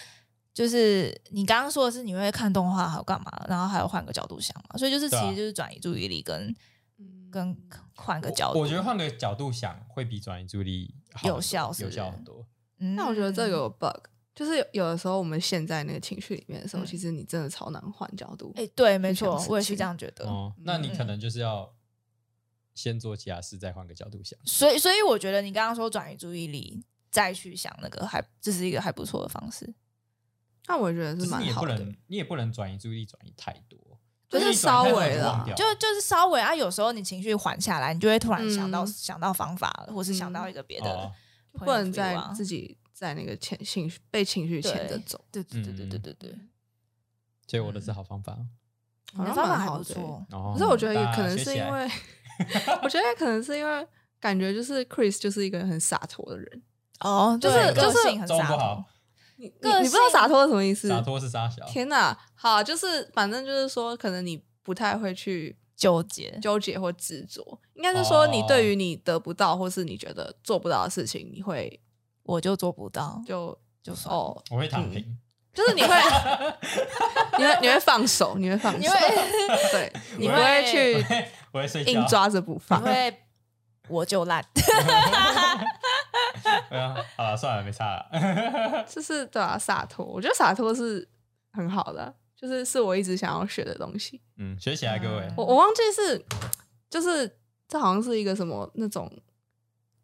[SPEAKER 3] 就是你刚刚说的是你会看动画还有干嘛，然后还有换个角度想嘛，所以就是其
[SPEAKER 1] 对啊
[SPEAKER 3] 实就是转移注意力跟
[SPEAKER 2] 嗯
[SPEAKER 3] 跟换个角度
[SPEAKER 1] 我我觉得换个角度想，会比转移注意力好很多
[SPEAKER 3] 有效是
[SPEAKER 1] 有
[SPEAKER 3] 不是
[SPEAKER 1] 效很多。
[SPEAKER 3] 嗯
[SPEAKER 2] 那我觉得这个有 bug，就是有有的时候我们陷在那个情绪里面的时候，
[SPEAKER 3] 嗯
[SPEAKER 2] 其实你真的超难换角度。
[SPEAKER 3] 哎、对，没
[SPEAKER 2] 想
[SPEAKER 3] 错
[SPEAKER 2] 事，
[SPEAKER 3] 我也是
[SPEAKER 2] 情
[SPEAKER 3] 这样觉得。
[SPEAKER 1] 哦，那你
[SPEAKER 3] 嗯
[SPEAKER 1] 可能就是要先做其他事，再换个角度想。
[SPEAKER 3] 所以，所以我觉得你刚刚说转移注意力，再去想那个还这是一个还不错的方式，
[SPEAKER 2] 那我觉得
[SPEAKER 1] 只
[SPEAKER 2] 是
[SPEAKER 1] 是
[SPEAKER 2] 蛮
[SPEAKER 1] 你也
[SPEAKER 2] 好
[SPEAKER 1] 不
[SPEAKER 2] 的，
[SPEAKER 1] 能，你也不能转移注意力转移太多，
[SPEAKER 2] 就是是
[SPEAKER 1] 你转移太
[SPEAKER 2] 稍
[SPEAKER 1] 多
[SPEAKER 2] 微
[SPEAKER 1] 你就忘
[SPEAKER 2] 啦
[SPEAKER 1] 掉
[SPEAKER 3] 就就是稍微啊，有时候你情绪缓下来，你就会突然想到、
[SPEAKER 2] 嗯
[SPEAKER 3] 想到方法了，或是想到一个别的、
[SPEAKER 1] 哦
[SPEAKER 2] 不能在
[SPEAKER 3] 啊。
[SPEAKER 2] 自己在那个情情绪被情绪牵着
[SPEAKER 3] 对
[SPEAKER 2] 走。
[SPEAKER 3] 对对对对对
[SPEAKER 1] 嗯
[SPEAKER 3] 对对，
[SPEAKER 1] 所以我的是好方法。
[SPEAKER 3] 你
[SPEAKER 2] 好
[SPEAKER 3] 的
[SPEAKER 2] 像
[SPEAKER 3] 方法
[SPEAKER 2] 蛮
[SPEAKER 3] 还
[SPEAKER 2] 好
[SPEAKER 3] 不
[SPEAKER 2] 的欸
[SPEAKER 3] 错。
[SPEAKER 1] 哦，
[SPEAKER 2] 嗯可是我觉得也
[SPEAKER 1] 大家
[SPEAKER 2] 可能
[SPEAKER 1] 学
[SPEAKER 2] 是
[SPEAKER 1] 起来
[SPEAKER 2] 因为，我觉得可能是因为感觉就是 Chris 就是一个很洒脱的人，
[SPEAKER 3] 哦，
[SPEAKER 2] 就是
[SPEAKER 3] 对
[SPEAKER 2] 就是
[SPEAKER 3] 个性很
[SPEAKER 1] 中
[SPEAKER 3] 洒
[SPEAKER 1] 不
[SPEAKER 3] 脱
[SPEAKER 1] 好，，
[SPEAKER 2] 你你
[SPEAKER 3] 个
[SPEAKER 2] 你不知道
[SPEAKER 3] 性
[SPEAKER 2] 洒脱是什么意思？
[SPEAKER 1] 洒脱是沙小，
[SPEAKER 2] 天哪，好，就是反正就是说，可能你不太会去
[SPEAKER 3] 纠结。
[SPEAKER 2] 纠结或执着，应该是说你
[SPEAKER 1] 哦
[SPEAKER 2] 对于你得不到或是你觉得做不到的事情，你会
[SPEAKER 3] 我就做不到，
[SPEAKER 2] 就
[SPEAKER 3] 就 <laughs> 算了。
[SPEAKER 2] 哦，
[SPEAKER 1] 我会躺平。
[SPEAKER 2] 就是你会你会你会放手，你会放
[SPEAKER 3] 你
[SPEAKER 2] 手，
[SPEAKER 3] 会
[SPEAKER 2] 对，
[SPEAKER 3] <laughs>
[SPEAKER 2] 你
[SPEAKER 1] 我
[SPEAKER 2] 不
[SPEAKER 1] 会
[SPEAKER 2] 会
[SPEAKER 1] 我
[SPEAKER 2] 去
[SPEAKER 1] 会我会睡
[SPEAKER 2] 硬
[SPEAKER 1] 觉。
[SPEAKER 2] 抓着不放
[SPEAKER 3] 因。为 <laughs> 我
[SPEAKER 1] <laughs>
[SPEAKER 3] 就烂，
[SPEAKER 1] 对啊，好了，算了，没差了。
[SPEAKER 2] 就是对啊，洒脱，我觉得洒脱是很好的，就是是我一直想要学的东西。
[SPEAKER 1] 嗯，学起来，各位。
[SPEAKER 2] 我我忘记是，就是这好像是一个什么那种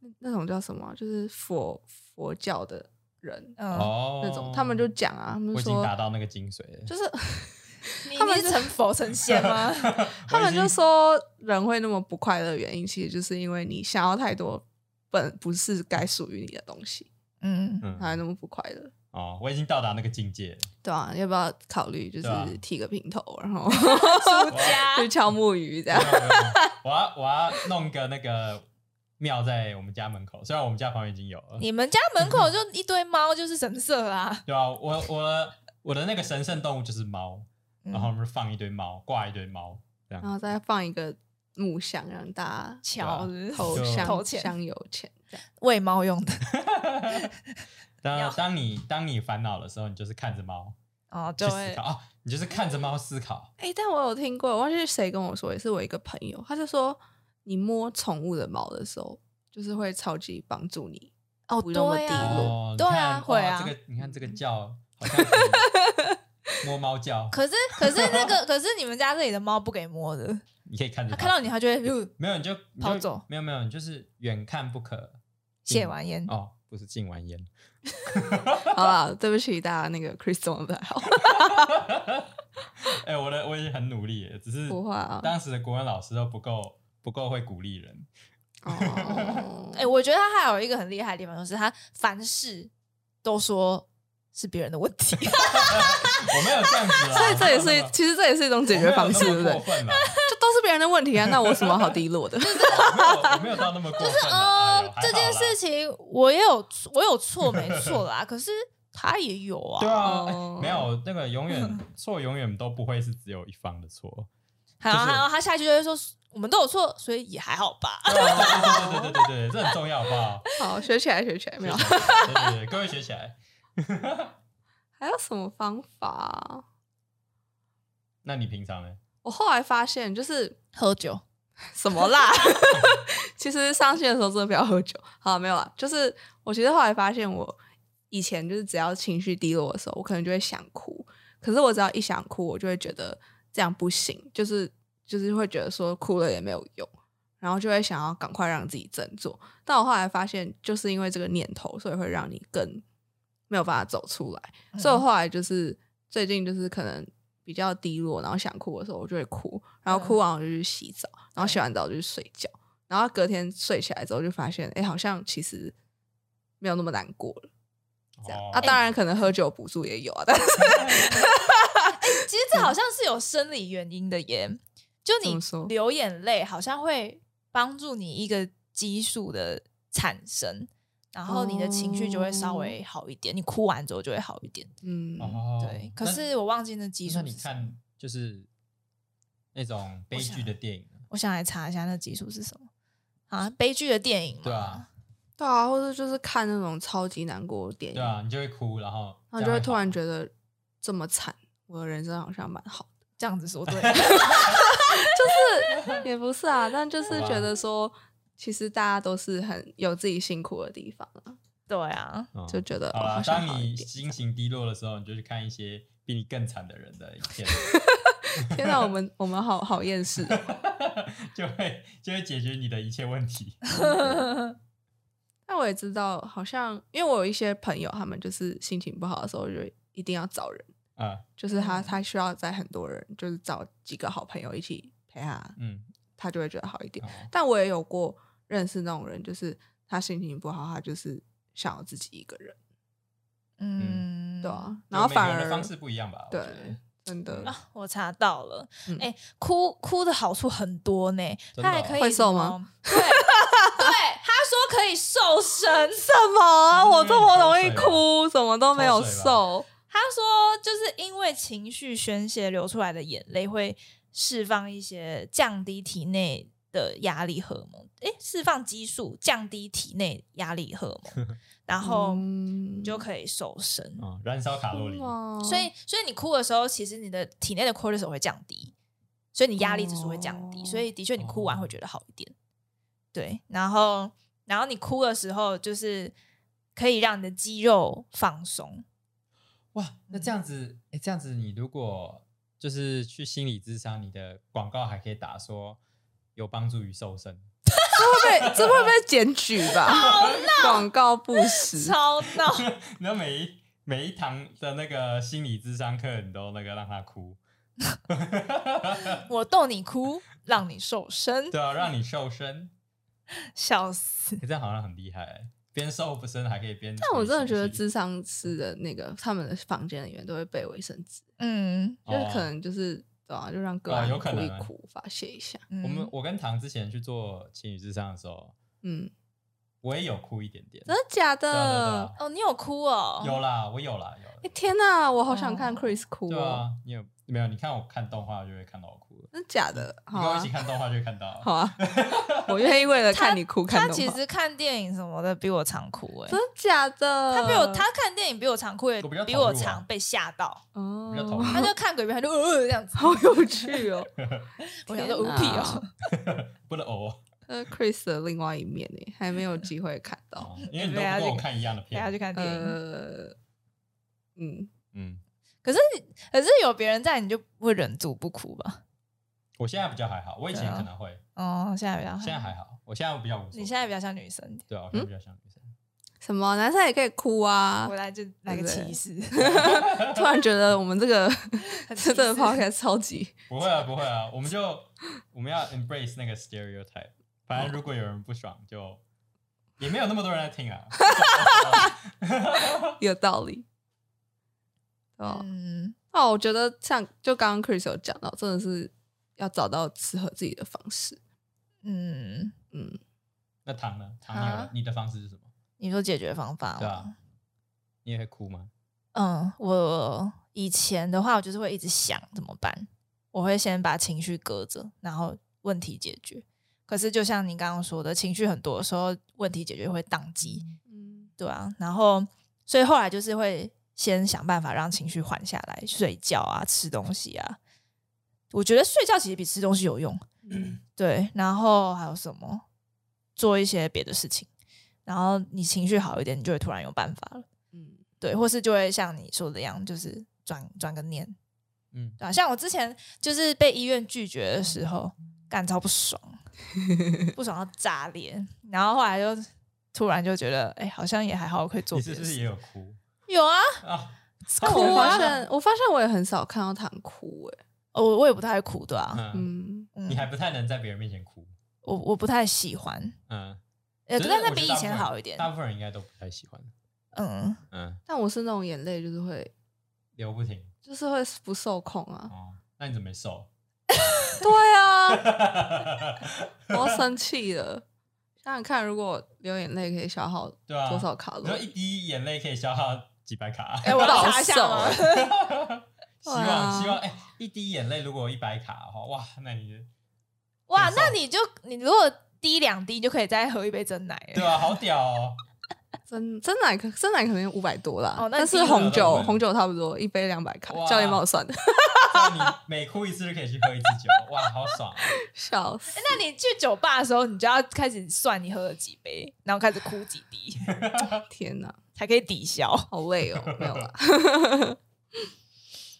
[SPEAKER 2] 那那种叫什么啊，就是佛佛教的人、
[SPEAKER 3] 嗯，
[SPEAKER 1] 哦，
[SPEAKER 2] 那种，他们就讲啊，他们
[SPEAKER 1] 我
[SPEAKER 2] 就
[SPEAKER 1] 已经
[SPEAKER 2] 说
[SPEAKER 1] 达到那个精髓了。
[SPEAKER 2] 就是 <laughs>
[SPEAKER 3] 你
[SPEAKER 2] 他们
[SPEAKER 3] 你是
[SPEAKER 2] 就
[SPEAKER 3] 成佛成仙
[SPEAKER 1] <laughs>
[SPEAKER 3] 吗？
[SPEAKER 2] 他们
[SPEAKER 1] 我
[SPEAKER 2] 就
[SPEAKER 1] 已经
[SPEAKER 2] 说人会那么不快乐的原因，其实就是因为你想要太多本不是该属于你的东西， <laughs>
[SPEAKER 3] 嗯，
[SPEAKER 2] 才会
[SPEAKER 1] 嗯，
[SPEAKER 2] 那么不快乐。
[SPEAKER 1] 哦，我已经到达那个境界
[SPEAKER 2] <laughs>
[SPEAKER 1] 了。
[SPEAKER 2] 对啊，要不要考虑就
[SPEAKER 1] 对啊
[SPEAKER 2] 是剃个平头，然
[SPEAKER 3] <laughs>
[SPEAKER 2] 后 <laughs>
[SPEAKER 1] 哦
[SPEAKER 3] 出家
[SPEAKER 2] 去敲木鱼这
[SPEAKER 1] 没
[SPEAKER 2] 样？
[SPEAKER 1] 有没有没有我要我要弄个那个庙在我们家门口，虽然我们家旁边已经有了。
[SPEAKER 3] <laughs> 你们家门口就一堆猫，就是神社啊。
[SPEAKER 1] 对啊，我我的我的那个神圣动物就是猫，
[SPEAKER 3] 嗯
[SPEAKER 1] 然后我们放一堆猫，挂一堆猫，这
[SPEAKER 2] 然后
[SPEAKER 1] 样。
[SPEAKER 2] 再放一个木箱，让大
[SPEAKER 3] 巧
[SPEAKER 2] 家投
[SPEAKER 1] 就
[SPEAKER 2] 香
[SPEAKER 3] 投钱
[SPEAKER 2] 香油钱。这样
[SPEAKER 3] 喂猫用的
[SPEAKER 1] 当当你当你烦恼的时候，你就是看着猫
[SPEAKER 3] 哦，
[SPEAKER 1] 去
[SPEAKER 3] 就
[SPEAKER 1] 思
[SPEAKER 3] 会
[SPEAKER 1] 考哦，你就是看着猫思考。
[SPEAKER 2] 哎、但我有听过，我忘记是谁跟我说，也是我一个朋友，他就说你摸宠物的毛的时候，就是会超级帮助你。
[SPEAKER 3] 哦，
[SPEAKER 2] 不那么
[SPEAKER 3] 对
[SPEAKER 2] 低落
[SPEAKER 3] 啊。
[SPEAKER 1] 哦，
[SPEAKER 3] 对啊
[SPEAKER 1] 你看
[SPEAKER 3] 会啊嗯
[SPEAKER 1] 哇这个你看这个叫好像
[SPEAKER 3] <laughs>
[SPEAKER 1] 是摸猫叫，
[SPEAKER 3] 可是可是那个可是你们家这里的猫不给摸
[SPEAKER 1] <laughs>
[SPEAKER 3] 的，
[SPEAKER 1] 你可以看着
[SPEAKER 3] 它
[SPEAKER 1] 它
[SPEAKER 3] 看到你它就会呃
[SPEAKER 1] 没有你就你就
[SPEAKER 3] 跑走
[SPEAKER 1] 没有没有，你就是远看不可
[SPEAKER 3] 谢完烟。
[SPEAKER 1] 哦，不是禁完烟。
[SPEAKER 2] 好啦，对不起大家，那个 Chris 中文不太好，
[SPEAKER 1] 哎，我的我已经很努力了，只是
[SPEAKER 2] 不会啊。
[SPEAKER 1] 当时的国文老师都不够不够会鼓励人。
[SPEAKER 2] <laughs> 哦，
[SPEAKER 3] 哎，我觉得它还有一个很厉害的地方，就是它凡事都说是别人的
[SPEAKER 1] <laughs>
[SPEAKER 3] 问
[SPEAKER 1] 哎
[SPEAKER 3] 题。
[SPEAKER 1] 我没有这样子啊，
[SPEAKER 2] 所以这
[SPEAKER 1] <laughs>
[SPEAKER 2] 也
[SPEAKER 1] 我没有
[SPEAKER 2] 是，其实这也是一种解决方式，对不
[SPEAKER 1] <laughs> 我没有那么
[SPEAKER 2] 对？
[SPEAKER 1] 过分啦
[SPEAKER 2] 就都是别人的问题啊，那我有什么好低落的？ <laughs>
[SPEAKER 1] 我没有我没有到那么过分啦。哎呦
[SPEAKER 3] 呃，
[SPEAKER 2] 哦
[SPEAKER 3] 这件事，情我也有我有错没
[SPEAKER 1] <laughs>
[SPEAKER 3] 错啦，可是它也有
[SPEAKER 1] 还
[SPEAKER 3] 啊。
[SPEAKER 1] 好啦对啊
[SPEAKER 2] 哦，
[SPEAKER 1] 哎没有那个永远错，永远都不会是只有一方的
[SPEAKER 2] <laughs>
[SPEAKER 1] 错。
[SPEAKER 3] 还有
[SPEAKER 1] 就是
[SPEAKER 3] 还有，它下一句就会说我们都有错，所以也还好吧。
[SPEAKER 1] 对啊对对对对对对，这很重要，好不好？
[SPEAKER 2] 好，学起来，学 <laughs> 起来，没有
[SPEAKER 1] 学。起来对对对，各位学起来。
[SPEAKER 2] 还有什么方法啊、
[SPEAKER 1] 那你平常呢？
[SPEAKER 2] 我后来发现，就是
[SPEAKER 3] 喝酒，
[SPEAKER 2] <laughs> 什么啦？其实上线的时候真的不要喝酒。好，没有啦，就是我其实后来发现，我以前就是只要情绪低落的时候，我可能就会想哭。可是我只要一想哭，我就会觉得这样不行，就是就是会觉得说哭了也没有用，然后就会想要赶快让自己振作。但我后来发现，就是因为这个念头，所以会让你更没有办法走出来。
[SPEAKER 3] 嗯
[SPEAKER 2] 所以
[SPEAKER 1] 嗯
[SPEAKER 2] 我后来就是最近就是可能比较低落，然后想哭的时候，我就会哭，
[SPEAKER 1] 嗯
[SPEAKER 2] 然后哭完我就去洗澡，然后洗完澡就去睡觉，然后隔天睡起来之后就发现，哎、好像其实没有那么难过了。这样、
[SPEAKER 1] 哦
[SPEAKER 2] 啊，当然可能喝酒补助也有啊，
[SPEAKER 1] <laughs>
[SPEAKER 2] 但是
[SPEAKER 3] 哎其实这好像是有生理原因的耶，就
[SPEAKER 2] 怎
[SPEAKER 3] 你
[SPEAKER 2] 么说
[SPEAKER 3] 流眼泪好像会帮助你一个激素的产生，然后你的情绪就会稍微好一点，你哭完之后就会好一点。
[SPEAKER 2] 嗯，
[SPEAKER 1] 哦，
[SPEAKER 3] 对，可
[SPEAKER 1] 那
[SPEAKER 3] 是我忘记那集数
[SPEAKER 1] 那
[SPEAKER 3] 是
[SPEAKER 1] 你
[SPEAKER 3] 什么，
[SPEAKER 1] 看就是那种悲剧的电影呢，
[SPEAKER 3] 我想来查一下那集数是什么啊？悲剧的电影嘛，
[SPEAKER 1] 对啊，
[SPEAKER 2] 对啊，或者就是看那种超级难过的电影，
[SPEAKER 1] 对啊，你就会哭，然后
[SPEAKER 2] 然后哦就会突
[SPEAKER 1] 啊
[SPEAKER 2] 然觉得这么惨，我的人生好像蛮好
[SPEAKER 1] <laughs>
[SPEAKER 2] 的，
[SPEAKER 3] 这样子
[SPEAKER 2] <laughs>
[SPEAKER 3] 说
[SPEAKER 2] 就
[SPEAKER 3] 对，
[SPEAKER 2] 是也不是啊，但就是觉得说，其实大家都是很有自己辛苦的地方啊，
[SPEAKER 3] 对啊，
[SPEAKER 1] 得
[SPEAKER 2] 就觉得、
[SPEAKER 1] 好
[SPEAKER 2] 哦
[SPEAKER 1] 啦
[SPEAKER 2] 好像好
[SPEAKER 1] 当
[SPEAKER 2] 一
[SPEAKER 1] 你
[SPEAKER 2] 点。
[SPEAKER 1] 心情低落的时候，你就去看一些比你更惨的人的影片，
[SPEAKER 2] 天哪，我们我们好好厌世、 <laughs> 哦。
[SPEAKER 1] <laughs> 就会就会解决你的一切问
[SPEAKER 2] <laughs>
[SPEAKER 1] 题。
[SPEAKER 2] 但我也知道，好像因为我有一些朋友，他们就是心情不好的时候就一定要找人，
[SPEAKER 1] 啊，
[SPEAKER 2] 就是他
[SPEAKER 3] 嗯
[SPEAKER 2] 他需要在很多人，就是找几个好朋友一起陪他，
[SPEAKER 1] 嗯，
[SPEAKER 2] 他就会觉得好一点。
[SPEAKER 1] 哦
[SPEAKER 2] 但我也有过认识那种人，就是他心情不好，他就是想要自己一个人，
[SPEAKER 3] 嗯，
[SPEAKER 2] 对啊，
[SPEAKER 1] 就
[SPEAKER 2] 然后
[SPEAKER 1] 每个
[SPEAKER 2] 反
[SPEAKER 1] 人
[SPEAKER 2] 而
[SPEAKER 1] 的方式不一样吧？我觉
[SPEAKER 2] 对
[SPEAKER 1] 得，
[SPEAKER 2] 真的
[SPEAKER 3] 啊，我查到了，哎、
[SPEAKER 2] 嗯
[SPEAKER 3] 哭哭的好处很多呢，
[SPEAKER 1] 真的
[SPEAKER 3] 它还
[SPEAKER 1] 哦
[SPEAKER 3] 可以
[SPEAKER 2] 会
[SPEAKER 3] 什
[SPEAKER 2] 瘦
[SPEAKER 3] 么
[SPEAKER 2] 吗？
[SPEAKER 3] 对对，他说可以瘦身，
[SPEAKER 2] 什么？
[SPEAKER 1] 因为
[SPEAKER 2] 我这么容易
[SPEAKER 1] 你
[SPEAKER 2] 哭，什么都没有瘦，
[SPEAKER 3] 他说就是因为情绪宣泄流出来的眼泪会释放一些降低体内的压力荷尔蒙，哎，释放激素降低体内压力荷尔
[SPEAKER 1] <laughs>
[SPEAKER 3] 蒙，然后
[SPEAKER 2] 嗯
[SPEAKER 3] 你就可以瘦身。
[SPEAKER 1] 嗯，燃烧卡路里，
[SPEAKER 2] 哇
[SPEAKER 3] 所
[SPEAKER 1] 哦
[SPEAKER 3] 以，所以你哭的时候，其实你的体内的 cortisol 会降低，所以你压力指数会降低，
[SPEAKER 2] 哦
[SPEAKER 3] 所以的确你哭完
[SPEAKER 1] 哦
[SPEAKER 3] 会觉得好一点。对，然后，然后你哭的时候，就是可以让你的肌肉放松。
[SPEAKER 1] 哇，那这样子，哎、这样子你如果就是去心理咨商，你的广告还可以打说有帮助于瘦身， <laughs>
[SPEAKER 2] 这会被这会被检举吧？广告不实，
[SPEAKER 3] 超闹，
[SPEAKER 1] 然后每一每一堂的那个心理咨商课，你都那个让他哭，
[SPEAKER 3] 我逗你哭，让你瘦身，
[SPEAKER 1] 对啊，让你瘦身，
[SPEAKER 3] 笑死！
[SPEAKER 1] 诶这样好像很厉害、诶边瘦不身还可以边，
[SPEAKER 2] 但我真的觉得
[SPEAKER 1] 自
[SPEAKER 2] 智商师的那个他们的房间里面都会备卫生纸，
[SPEAKER 3] 嗯，
[SPEAKER 2] 就是可能就是对啊，就让个
[SPEAKER 1] 哦
[SPEAKER 2] 案
[SPEAKER 1] 有可
[SPEAKER 2] 哭一
[SPEAKER 1] 能啊
[SPEAKER 2] 哭，发泄一下。
[SPEAKER 3] 嗯
[SPEAKER 1] 我们我跟唐之前去做情侣智商的时候，
[SPEAKER 2] 嗯，
[SPEAKER 1] 我也有哭一点点，
[SPEAKER 2] 真的假
[SPEAKER 1] 对啊对
[SPEAKER 2] 的
[SPEAKER 1] 啊？
[SPEAKER 3] 哦，你有哭哦，
[SPEAKER 1] 有啦，我有啦，有啦，
[SPEAKER 2] 哎天哪，我好想
[SPEAKER 3] 哦
[SPEAKER 2] 看 Chris 哭
[SPEAKER 1] 对
[SPEAKER 2] 哦，
[SPEAKER 1] 啊，你有没有？你看我看动画就会看到我哭了，
[SPEAKER 2] 真的假的？
[SPEAKER 1] 你
[SPEAKER 2] 好
[SPEAKER 1] 跟我一
[SPEAKER 2] 啊
[SPEAKER 1] 起，看动画就会看到，
[SPEAKER 2] 好啊， <laughs> 我愿意为了看你哭看
[SPEAKER 3] 他
[SPEAKER 2] 动画。
[SPEAKER 3] 其实看电影什么的比我常哭哎、
[SPEAKER 2] 真的假的？
[SPEAKER 3] 他比我他看电影比我常哭，也
[SPEAKER 1] 我比较
[SPEAKER 3] 比
[SPEAKER 1] 投入
[SPEAKER 3] 我
[SPEAKER 1] 啊
[SPEAKER 3] 常被吓
[SPEAKER 1] <laughs>
[SPEAKER 3] 到。
[SPEAKER 2] 哦
[SPEAKER 1] 比较投入
[SPEAKER 3] 他就看鬼片，他就呃呃这样子。
[SPEAKER 2] 好有趣哦。
[SPEAKER 3] 我想说无
[SPEAKER 2] 天哪
[SPEAKER 3] 屁哦，
[SPEAKER 1] 不能偶哦。
[SPEAKER 2] 呃，Chris 的另外一面呢，还没有机会看到。
[SPEAKER 1] 哦因为你都
[SPEAKER 3] 对啊
[SPEAKER 1] 不跟
[SPEAKER 3] 这
[SPEAKER 1] 我
[SPEAKER 3] 个
[SPEAKER 1] 看一样的
[SPEAKER 3] 陪他去
[SPEAKER 1] 片，
[SPEAKER 3] 看电影。
[SPEAKER 2] 呃，嗯，
[SPEAKER 1] 嗯，
[SPEAKER 3] 可是你，可是有别人在，你就不会忍住不哭吧？
[SPEAKER 1] 我现在比较还好，我以前
[SPEAKER 3] 对啊
[SPEAKER 1] 可能会，
[SPEAKER 3] 哦，现在比较好
[SPEAKER 1] 现在还好，我现在比较无所谓。
[SPEAKER 3] 你现在比较像女生一点。
[SPEAKER 1] 对啊，我现在比较像
[SPEAKER 3] <laughs>
[SPEAKER 1] 女生，
[SPEAKER 2] 什么男生也可以哭啊
[SPEAKER 3] 我？来就来个歧视，
[SPEAKER 2] <laughs> 突然觉得我们这个
[SPEAKER 3] <laughs> 很歧
[SPEAKER 2] <laughs> 这
[SPEAKER 3] 视
[SPEAKER 2] 个 podcast 超级
[SPEAKER 1] 不会啊，不会啊，我们就我们要 embrace 那个 stereotype。反正如果有人不爽，就也没有那么多人在听
[SPEAKER 3] <laughs>
[SPEAKER 1] 啊。
[SPEAKER 2] 有道理。哦，
[SPEAKER 3] 嗯，
[SPEAKER 2] 哦，我觉得像就刚刚 Chris 有讲到，真的是要找到适合自己的方式。
[SPEAKER 3] 嗯，
[SPEAKER 2] 嗯，
[SPEAKER 1] 那糖呢？糖你有
[SPEAKER 3] 啊
[SPEAKER 1] 你的方式是什么？
[SPEAKER 3] 你说解决方法吗
[SPEAKER 1] 对啊，你也会哭吗？
[SPEAKER 3] 嗯，我以前的话，我就是会一直想怎么办，我会先把情绪搁着，然后问题解决。可是就像你刚刚说的，情绪很多的时候，问题解决会宕机，
[SPEAKER 2] 嗯，
[SPEAKER 3] 对啊。然后，所以后来就是会先想办法让情绪缓下来，睡觉啊，吃东西啊。我觉得睡觉其实比吃东西有用， <clears throat> 对。然后还有什么？做一些别的事情，然后你情绪好一点，你就会突然有办法了。
[SPEAKER 2] 嗯，
[SPEAKER 3] 对，或是就会像你说的一样，就是转转个念，
[SPEAKER 1] 嗯，
[SPEAKER 3] 对啊，像我之前就是被医院拒绝的时候，感超不爽，不爽到炸裂，然后后来就突然就觉得，哎、好像也还好，可以做
[SPEAKER 1] 你
[SPEAKER 3] 别
[SPEAKER 1] 是
[SPEAKER 3] 的
[SPEAKER 1] 不是
[SPEAKER 3] 事。
[SPEAKER 1] 也有哭
[SPEAKER 3] 有啊，
[SPEAKER 1] 啊？
[SPEAKER 2] 我
[SPEAKER 3] 哭
[SPEAKER 2] 发
[SPEAKER 3] 啊！
[SPEAKER 2] 现，我发现我也很少看到糖哭、欸，
[SPEAKER 3] 哦我我也不太哭的啊，
[SPEAKER 1] 嗯，
[SPEAKER 2] 嗯，
[SPEAKER 3] 嗯
[SPEAKER 1] 你还不太能在别人面前哭。
[SPEAKER 3] 我我不太喜欢，
[SPEAKER 1] 嗯，
[SPEAKER 3] 呃，
[SPEAKER 1] 只
[SPEAKER 3] 但
[SPEAKER 1] 是
[SPEAKER 3] 是
[SPEAKER 1] 我
[SPEAKER 3] 比
[SPEAKER 1] 觉得大部分
[SPEAKER 3] 以前
[SPEAKER 1] 人
[SPEAKER 3] 好一点。
[SPEAKER 1] 大部分人应该都不太喜欢。
[SPEAKER 3] 嗯，
[SPEAKER 1] 嗯，
[SPEAKER 2] 但我是那种眼泪就是会，
[SPEAKER 1] 流不停。
[SPEAKER 2] 就是会不受控啊。
[SPEAKER 1] 哦，那你怎么没瘦？ <laughs>
[SPEAKER 2] <laughs> 对啊，我要生气了。当然看如果流眼泪可以消耗
[SPEAKER 1] 对啊，
[SPEAKER 2] 多少卡路
[SPEAKER 1] 你说一
[SPEAKER 2] 里，
[SPEAKER 1] 滴眼泪可以消耗几百
[SPEAKER 3] <laughs>
[SPEAKER 1] 卡？
[SPEAKER 3] 哎、我
[SPEAKER 2] 保
[SPEAKER 3] 查一下
[SPEAKER 2] 守
[SPEAKER 3] 嘛
[SPEAKER 1] <laughs> 希
[SPEAKER 2] 对啊
[SPEAKER 1] 望希望哎、一滴眼泪如果一百卡的话，哇，那你
[SPEAKER 3] 哇，
[SPEAKER 1] 接受
[SPEAKER 3] 那你就你如果滴两滴，你就可以再喝一杯真奶了。
[SPEAKER 1] 对啊，好屌哦！
[SPEAKER 2] 真真奶可真奶可能五百多啦，
[SPEAKER 3] 哦那
[SPEAKER 2] 但是
[SPEAKER 3] 低了
[SPEAKER 2] 红
[SPEAKER 1] 对
[SPEAKER 2] 酒
[SPEAKER 1] 不对
[SPEAKER 2] 红酒差不多一杯两百卡
[SPEAKER 1] 哇，
[SPEAKER 2] 教练帮我算的， <laughs>
[SPEAKER 1] 这样你每哭一次就可以去喝一次酒，哇，好爽！哦
[SPEAKER 2] 笑死。
[SPEAKER 3] <laughs> 那你去酒吧的时候，你就要开始算你喝了几杯，然后开始哭几
[SPEAKER 1] <laughs>
[SPEAKER 3] 滴，
[SPEAKER 2] 天哪，
[SPEAKER 3] 才可以抵消。
[SPEAKER 2] 好累哦，没有啦。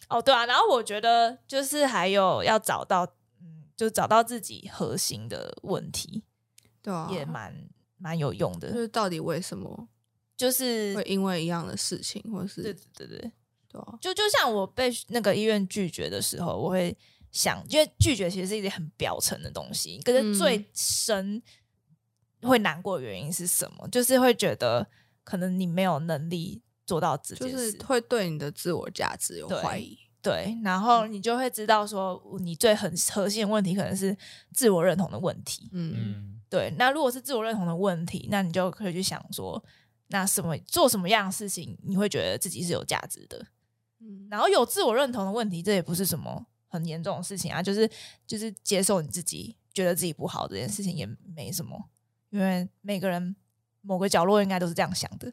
[SPEAKER 3] 哦，对啊，然后我觉得就是还有要找到，嗯，就找到自己核心的问题，
[SPEAKER 2] 对啊，
[SPEAKER 3] 也蛮蛮有用
[SPEAKER 2] 就
[SPEAKER 3] 的。
[SPEAKER 2] 是到底为什么
[SPEAKER 3] 就是
[SPEAKER 2] 会因为一样的事情，或是
[SPEAKER 3] 对对对对，
[SPEAKER 2] 对啊，
[SPEAKER 3] 就就像我被那个医院拒绝的时候，我会想，因为拒绝其实是一件很表层的东西，可是
[SPEAKER 2] 嗯
[SPEAKER 3] 最深会难过的原因是什么？就是会觉得可能你没有能力做到这
[SPEAKER 2] 就
[SPEAKER 3] 件
[SPEAKER 2] 是
[SPEAKER 3] 事，
[SPEAKER 2] 会对你的自我价值有
[SPEAKER 3] 对
[SPEAKER 2] 怀疑。
[SPEAKER 3] 对，然后
[SPEAKER 2] 嗯
[SPEAKER 3] 你就会知道说，你最很核心的问题可能是自我认同的问题。
[SPEAKER 2] 嗯，
[SPEAKER 1] 嗯，
[SPEAKER 3] 对，那如果是自我认同的问题，那你就可以去想说，那什么做什么样的事情，你会觉得自己是有价值的。
[SPEAKER 2] 嗯
[SPEAKER 3] 然后有自我认同的问题，这也不是什么很严重的事情啊，就是就是接受你自己觉得自己不好这件事情也没什么，因为每个人某个角落应该都是这样想的，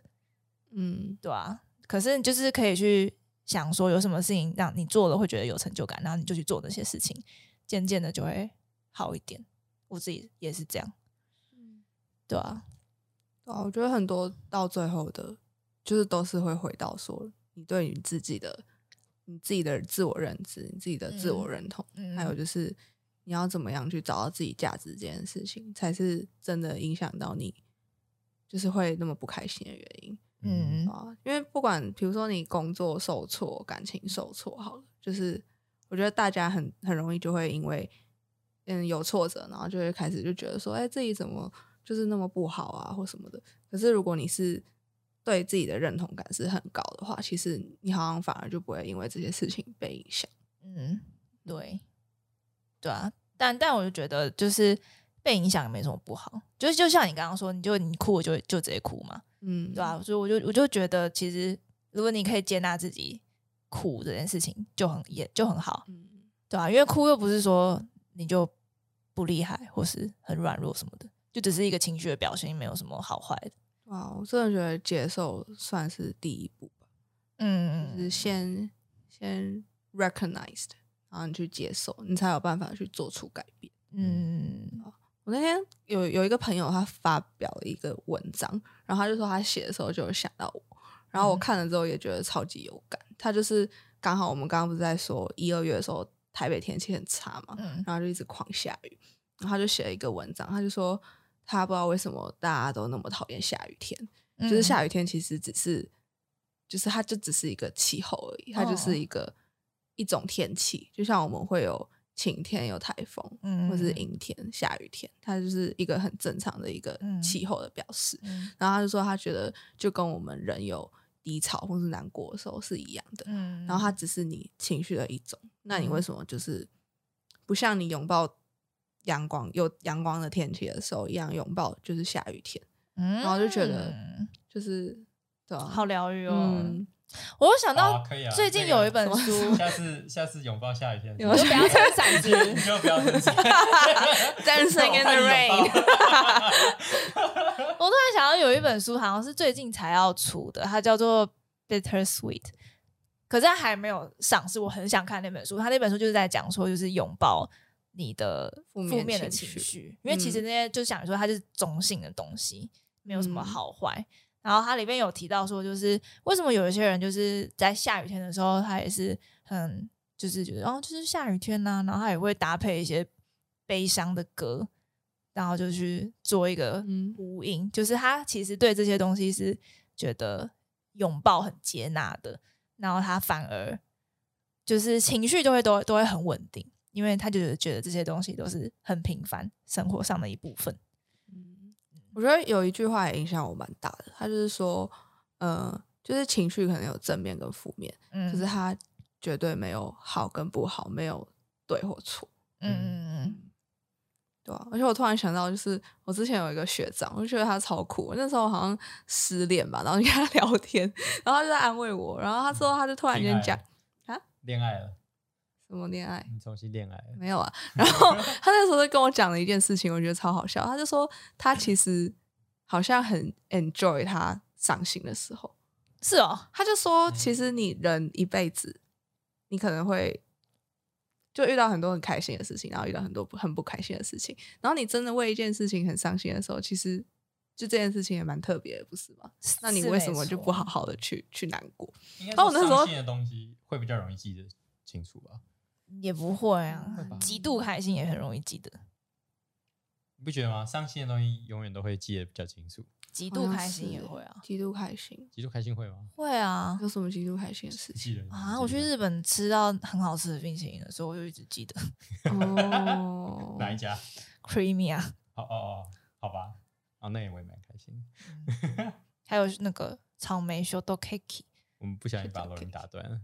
[SPEAKER 2] 嗯，
[SPEAKER 3] 对啊。可是你就是可以去想说，有什么事情让你做了会觉得有成就感，然后你就去做那些事情，渐渐的就会好一点。我自己也是这样，
[SPEAKER 2] 嗯
[SPEAKER 3] 对啊。
[SPEAKER 2] 对啊，我觉得很多到最后的，就是都是会回到说，你对你自己的、你自己的自我认知、你自己的自我
[SPEAKER 3] 嗯
[SPEAKER 2] 认同，
[SPEAKER 3] 嗯
[SPEAKER 2] 还有就是你要怎么样去找到自己价值这件事情，才是真的影响到你，就是会那么不开心的原因。
[SPEAKER 1] 嗯
[SPEAKER 3] 嗯，
[SPEAKER 2] 啊，因为不管比如说你工作受挫、感情受挫，好了，就是我觉得大家很很容易就会因为嗯有挫折，然后就会开始就觉得说，哎、自己怎么就是那么不好啊，或什么的。可是如果你是对自己的认同感是很高的话，其实你好像反而就不会因为这些事情被影响。
[SPEAKER 3] 嗯，对，对啊，但但我就觉得就是被影响也没什么不好，就是就像你刚刚说，你就你哭我就就直接哭嘛，
[SPEAKER 2] 嗯，
[SPEAKER 3] 对啊，所以我就我就觉得其实如果你可以接纳自己哭这件事情，就很也就很好，
[SPEAKER 2] 嗯，
[SPEAKER 3] 对啊，因为哭又不是说你就不厉害或是很软弱什么的，就只是一个情绪的表现，没有什么好坏的。
[SPEAKER 2] 哇，我真的觉得接受算是第一步吧，
[SPEAKER 3] 嗯
[SPEAKER 2] 就是先先 recognized，然后你去接受，你才有办法去做出改变。
[SPEAKER 3] 嗯
[SPEAKER 2] 我那天有有一个朋友，他发表了一个文章，然后他就说他写的时候就有想到我，然后我
[SPEAKER 3] 嗯
[SPEAKER 2] 看了之后也觉得超级有感。他就是刚好我们刚刚不是在说一二月的时候台北天气很差嘛，
[SPEAKER 3] 嗯
[SPEAKER 2] 然后就一直狂下雨，然后他就写了一个文章，他就说他不知道为什么大家都那么讨厌下雨天，
[SPEAKER 3] 嗯，
[SPEAKER 2] 就是下雨天其实只是，就是它就只是一个气候而已，它就
[SPEAKER 3] 哦
[SPEAKER 2] 是一个、一种天气，就像我们会有晴天、有台风，
[SPEAKER 3] 嗯
[SPEAKER 2] 或是阴天、下雨天，它就是一个很正常的一个
[SPEAKER 3] 嗯
[SPEAKER 2] 气候的表示。
[SPEAKER 3] 嗯
[SPEAKER 2] 然后他就说，他觉得就跟我们人有低潮或是难过的时候是一样的，
[SPEAKER 3] 嗯，
[SPEAKER 2] 然后它只是你情绪的一种。那你为
[SPEAKER 3] 嗯
[SPEAKER 2] 什么就是不像你拥抱阳光有阳光的天气的时候一样拥抱就是下雨天？
[SPEAKER 3] 嗯，
[SPEAKER 2] 然后就觉得就是对啊，
[SPEAKER 3] 好疗愈哦。
[SPEAKER 2] 嗯，
[SPEAKER 3] 我有想
[SPEAKER 1] 好啊
[SPEAKER 3] 到
[SPEAKER 1] 可以啊
[SPEAKER 3] 最近
[SPEAKER 1] 这个
[SPEAKER 3] 有一本
[SPEAKER 2] 什么
[SPEAKER 1] <laughs>
[SPEAKER 3] 书，
[SPEAKER 1] 下次下次拥抱下雨天的时候，
[SPEAKER 2] 有
[SPEAKER 3] 就不要撑
[SPEAKER 1] <laughs>
[SPEAKER 3] 伞
[SPEAKER 1] 你
[SPEAKER 3] 子
[SPEAKER 1] 就，你就不要生
[SPEAKER 2] <laughs>
[SPEAKER 1] 气
[SPEAKER 3] <laughs> Dancing
[SPEAKER 1] <laughs>
[SPEAKER 3] in the
[SPEAKER 1] 我怕你拥抱
[SPEAKER 3] <laughs> 我突然想到有一本书，好像是最近才要出的，它叫做《Bitter Sweet》，可是它还没有上市。我很想看那本书，它那本书就是在讲说，就是拥抱你的
[SPEAKER 2] 负面
[SPEAKER 3] 负面的
[SPEAKER 2] 情绪
[SPEAKER 3] 情绪，因为其实
[SPEAKER 2] 嗯
[SPEAKER 3] 那些就想说它就是中性的东西，没有什么
[SPEAKER 2] 嗯
[SPEAKER 3] 好坏。然后它里面有提到说，就是为什么有一些人就是在下雨天的时候，他也是很就是觉得哦，就是下雨天呐、然后他也会搭配一些悲伤的歌，然后就去做一个
[SPEAKER 2] 嗯
[SPEAKER 3] 呼应，就是他其实对这些东西是觉得拥抱很接纳的，然后他反而就是情绪就会都都会很稳定，因为他就是觉得这些东西都是很平凡生活上的一部分。
[SPEAKER 1] 嗯
[SPEAKER 2] 我觉得有一句话也影响我蛮大的，他就是说，呃，就是情绪可能有正面跟负面，
[SPEAKER 3] 嗯
[SPEAKER 2] 可是他绝对没有好跟不好，没有对或错。
[SPEAKER 3] 嗯嗯嗯嗯，
[SPEAKER 2] 对啊，而且我突然想到，就是我之前有一个学长，我就觉得他超酷。那时候我好像失恋吧，然后就跟他聊天，然后他就在安慰我，然后他说他就突然
[SPEAKER 1] 恋
[SPEAKER 2] 间
[SPEAKER 1] 爱
[SPEAKER 2] 讲啊
[SPEAKER 1] 恋爱了，
[SPEAKER 2] 什么恋爱，
[SPEAKER 1] 你重新恋爱了，
[SPEAKER 2] 没有啊。 <laughs> 然后他那时候就跟我讲了一件事情，我觉得超好笑。他就说他其实好像很 enjoy 他伤心的时候。
[SPEAKER 3] 是哦，
[SPEAKER 2] 他就
[SPEAKER 1] 嗯
[SPEAKER 2] 说，其实你人一辈子，你可能会就遇到很多很开心的事情，然后遇到很多不很不开心的事情。然后你真的为一件事情很伤心的时候，其实就这件事情也蛮特别的，不是吗？那你
[SPEAKER 3] 是
[SPEAKER 2] 为
[SPEAKER 3] 没
[SPEAKER 2] 什么就
[SPEAKER 3] 错
[SPEAKER 2] 不好？好的去去难过？
[SPEAKER 1] 应该
[SPEAKER 2] 哦我那
[SPEAKER 1] 说
[SPEAKER 2] 时候
[SPEAKER 1] 伤心的东西会比较容易记得清楚吧？
[SPEAKER 3] 也不会啊
[SPEAKER 1] 会
[SPEAKER 2] 嗯
[SPEAKER 1] 吧，
[SPEAKER 3] 极度开心也很容易记得，
[SPEAKER 1] 你不觉得吗？伤心的东西永远都会记得比较清楚。
[SPEAKER 3] 极
[SPEAKER 2] 极
[SPEAKER 3] 度开心也会啊，
[SPEAKER 2] 极度开心
[SPEAKER 1] 极度开心会吗？
[SPEAKER 3] 会啊
[SPEAKER 2] 有什么极度开心的事
[SPEAKER 1] 不
[SPEAKER 2] 情？
[SPEAKER 1] 记得
[SPEAKER 3] 啊！我去日本吃到很好吃的冰淇淋的时候，我就一直记得 <laughs>
[SPEAKER 2] 哦，
[SPEAKER 1] 哪一家？
[SPEAKER 3] creamy 啊，
[SPEAKER 1] 哦哦哦，好吧，啊，那也我也蛮开心。
[SPEAKER 3] 还有那个草莓 s h o t cake，
[SPEAKER 1] 我们不小心把老人打断了。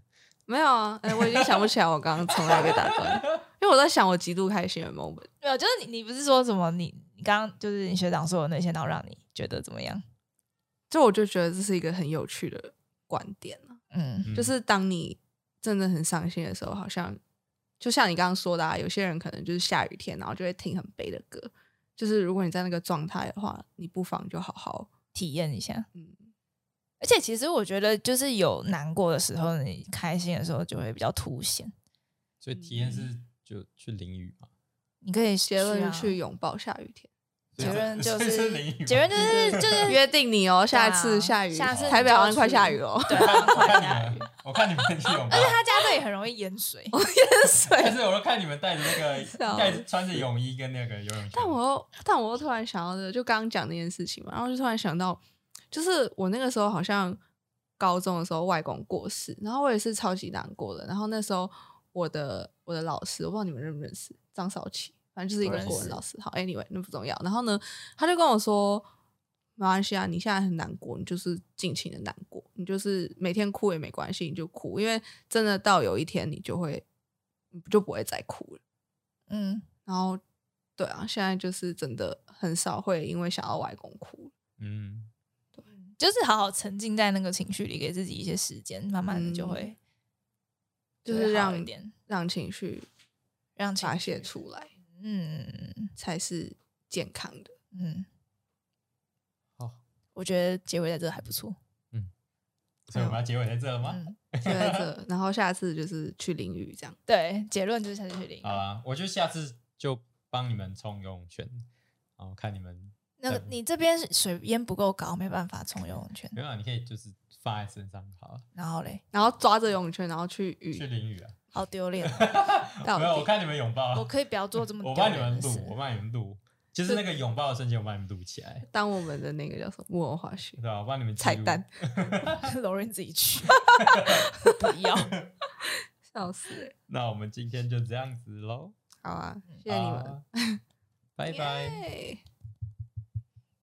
[SPEAKER 2] 没有啊，哎、我已经想不起来我刚刚从哪里被打断了，因为我在想我极度开心的 moment。
[SPEAKER 3] 没有，啊就是你你不是说什么你你刚刚就是你学长说的那些，然后让你觉得怎么样？
[SPEAKER 2] 就我就觉得这是一个很有趣的观点啊
[SPEAKER 3] 嗯，
[SPEAKER 1] 嗯
[SPEAKER 2] 就是当你真的很伤心的时候，好像就像你刚刚说的、啊，有些人可能就是下雨天，然后就会听很悲的歌。就是如果你在那个状态的话，你不妨就好好
[SPEAKER 3] 体验一下。
[SPEAKER 2] 嗯，
[SPEAKER 3] 而且其实我觉得，就是有难过的时候，你开心的时候就会比较凸显。
[SPEAKER 1] 所以体验是就去淋雨
[SPEAKER 2] <laughs>
[SPEAKER 1] 嘛，
[SPEAKER 3] 你可以
[SPEAKER 2] 结论
[SPEAKER 3] 去啊
[SPEAKER 2] 去拥抱下雨天。
[SPEAKER 1] 所以
[SPEAKER 3] 结论
[SPEAKER 1] 这
[SPEAKER 3] 就
[SPEAKER 1] 所以
[SPEAKER 3] 是
[SPEAKER 1] 淋雨嘛，
[SPEAKER 3] 结论就是
[SPEAKER 2] 对
[SPEAKER 3] 就是
[SPEAKER 2] 约定你哦， <laughs> 下
[SPEAKER 3] 对啊
[SPEAKER 2] 次下雨，
[SPEAKER 3] 下次
[SPEAKER 2] 台北好像快下雨
[SPEAKER 3] 了
[SPEAKER 2] 哦。。
[SPEAKER 3] 对，
[SPEAKER 1] 我
[SPEAKER 3] 快
[SPEAKER 1] 看
[SPEAKER 2] <laughs>
[SPEAKER 3] 下
[SPEAKER 1] 你
[SPEAKER 3] 雨。
[SPEAKER 1] 们，我看你们去泳吧
[SPEAKER 3] 而。且他家这里很容易淹水，
[SPEAKER 1] 但是我都看你们带着那个，
[SPEAKER 2] 啊
[SPEAKER 1] 带着穿着泳衣跟那个游泳圈。
[SPEAKER 2] 但我又，但我又突然想到的，就刚刚讲那件事情嘛，然后就突然想到，就是我那个时候好像高中的时候外公过世，然后我也是超级难过的。然后那时候我的我的老师，我不知道你们认不认识张少奇，反正就是一
[SPEAKER 3] 不
[SPEAKER 2] 个
[SPEAKER 3] 认
[SPEAKER 2] 国文
[SPEAKER 3] 识
[SPEAKER 2] 老师。好，anyway，那不重要。然后呢，他就跟我说。没关系啊，你现在很难过，你就是尽情的难过，你就是每天哭也没关系，你就哭，因为真的到有一天你就会，你就不会再哭了。
[SPEAKER 3] 嗯，
[SPEAKER 2] 然后，对啊，现在就是真的很少会因为想要外公哭，
[SPEAKER 1] 嗯，
[SPEAKER 3] 就是好好沉浸在那个情绪里，给自己一些时间，慢慢的就会
[SPEAKER 2] 就是
[SPEAKER 3] 会好
[SPEAKER 2] 让
[SPEAKER 3] 一点，
[SPEAKER 2] 让情绪
[SPEAKER 3] 让情
[SPEAKER 2] 发
[SPEAKER 3] 绪
[SPEAKER 2] 泄出来
[SPEAKER 3] 嗯
[SPEAKER 2] 才是健康的。
[SPEAKER 3] 嗯，
[SPEAKER 1] 好，
[SPEAKER 3] 我觉得结尾在这还不错。
[SPEAKER 1] 所以我们要结尾在这了吗？
[SPEAKER 3] 嗯，
[SPEAKER 2] 就在这，然后下次就是去淋雨这样。
[SPEAKER 3] 对，结论就是下去淋雨。
[SPEAKER 1] 好啊，我就下次就帮你们冲游泳圈，然后看你们。
[SPEAKER 3] 那个
[SPEAKER 1] 嗯
[SPEAKER 3] 你这边水淹不够高，没办法冲游泳圈。
[SPEAKER 1] 没有啊，你可以就是放在身上好了，啊
[SPEAKER 3] 然后嘞，
[SPEAKER 2] 然后抓着游泳圈，然后去
[SPEAKER 1] 去
[SPEAKER 2] 雨
[SPEAKER 1] 淋
[SPEAKER 3] <laughs>
[SPEAKER 1] 雨啊。
[SPEAKER 3] 好丢
[SPEAKER 1] <laughs>
[SPEAKER 3] 脸哦，
[SPEAKER 2] 到
[SPEAKER 1] 没有，我
[SPEAKER 2] 底。
[SPEAKER 1] 看你们拥抱啊。
[SPEAKER 3] 我可以不要做这么
[SPEAKER 1] <laughs> 我
[SPEAKER 3] 丢
[SPEAKER 1] 帮你
[SPEAKER 3] 脸
[SPEAKER 1] 们
[SPEAKER 3] 的事
[SPEAKER 1] 录，。我帮你们录，就是那个拥抱的瞬间，我帮你们录起来，
[SPEAKER 2] 当我们的那个叫什么幕后花絮
[SPEAKER 1] 对，吧？我帮你们记
[SPEAKER 2] 彩
[SPEAKER 1] 录
[SPEAKER 2] 蛋。
[SPEAKER 3] <laughs>
[SPEAKER 1] <laughs>
[SPEAKER 3] 柔人自己去，不要。
[SPEAKER 2] 笑死欸！
[SPEAKER 1] 那我们今天就这样子喽，
[SPEAKER 2] 好啊，谢谢你们，
[SPEAKER 3] <laughs>
[SPEAKER 1] 好，拜拜。
[SPEAKER 2] 耶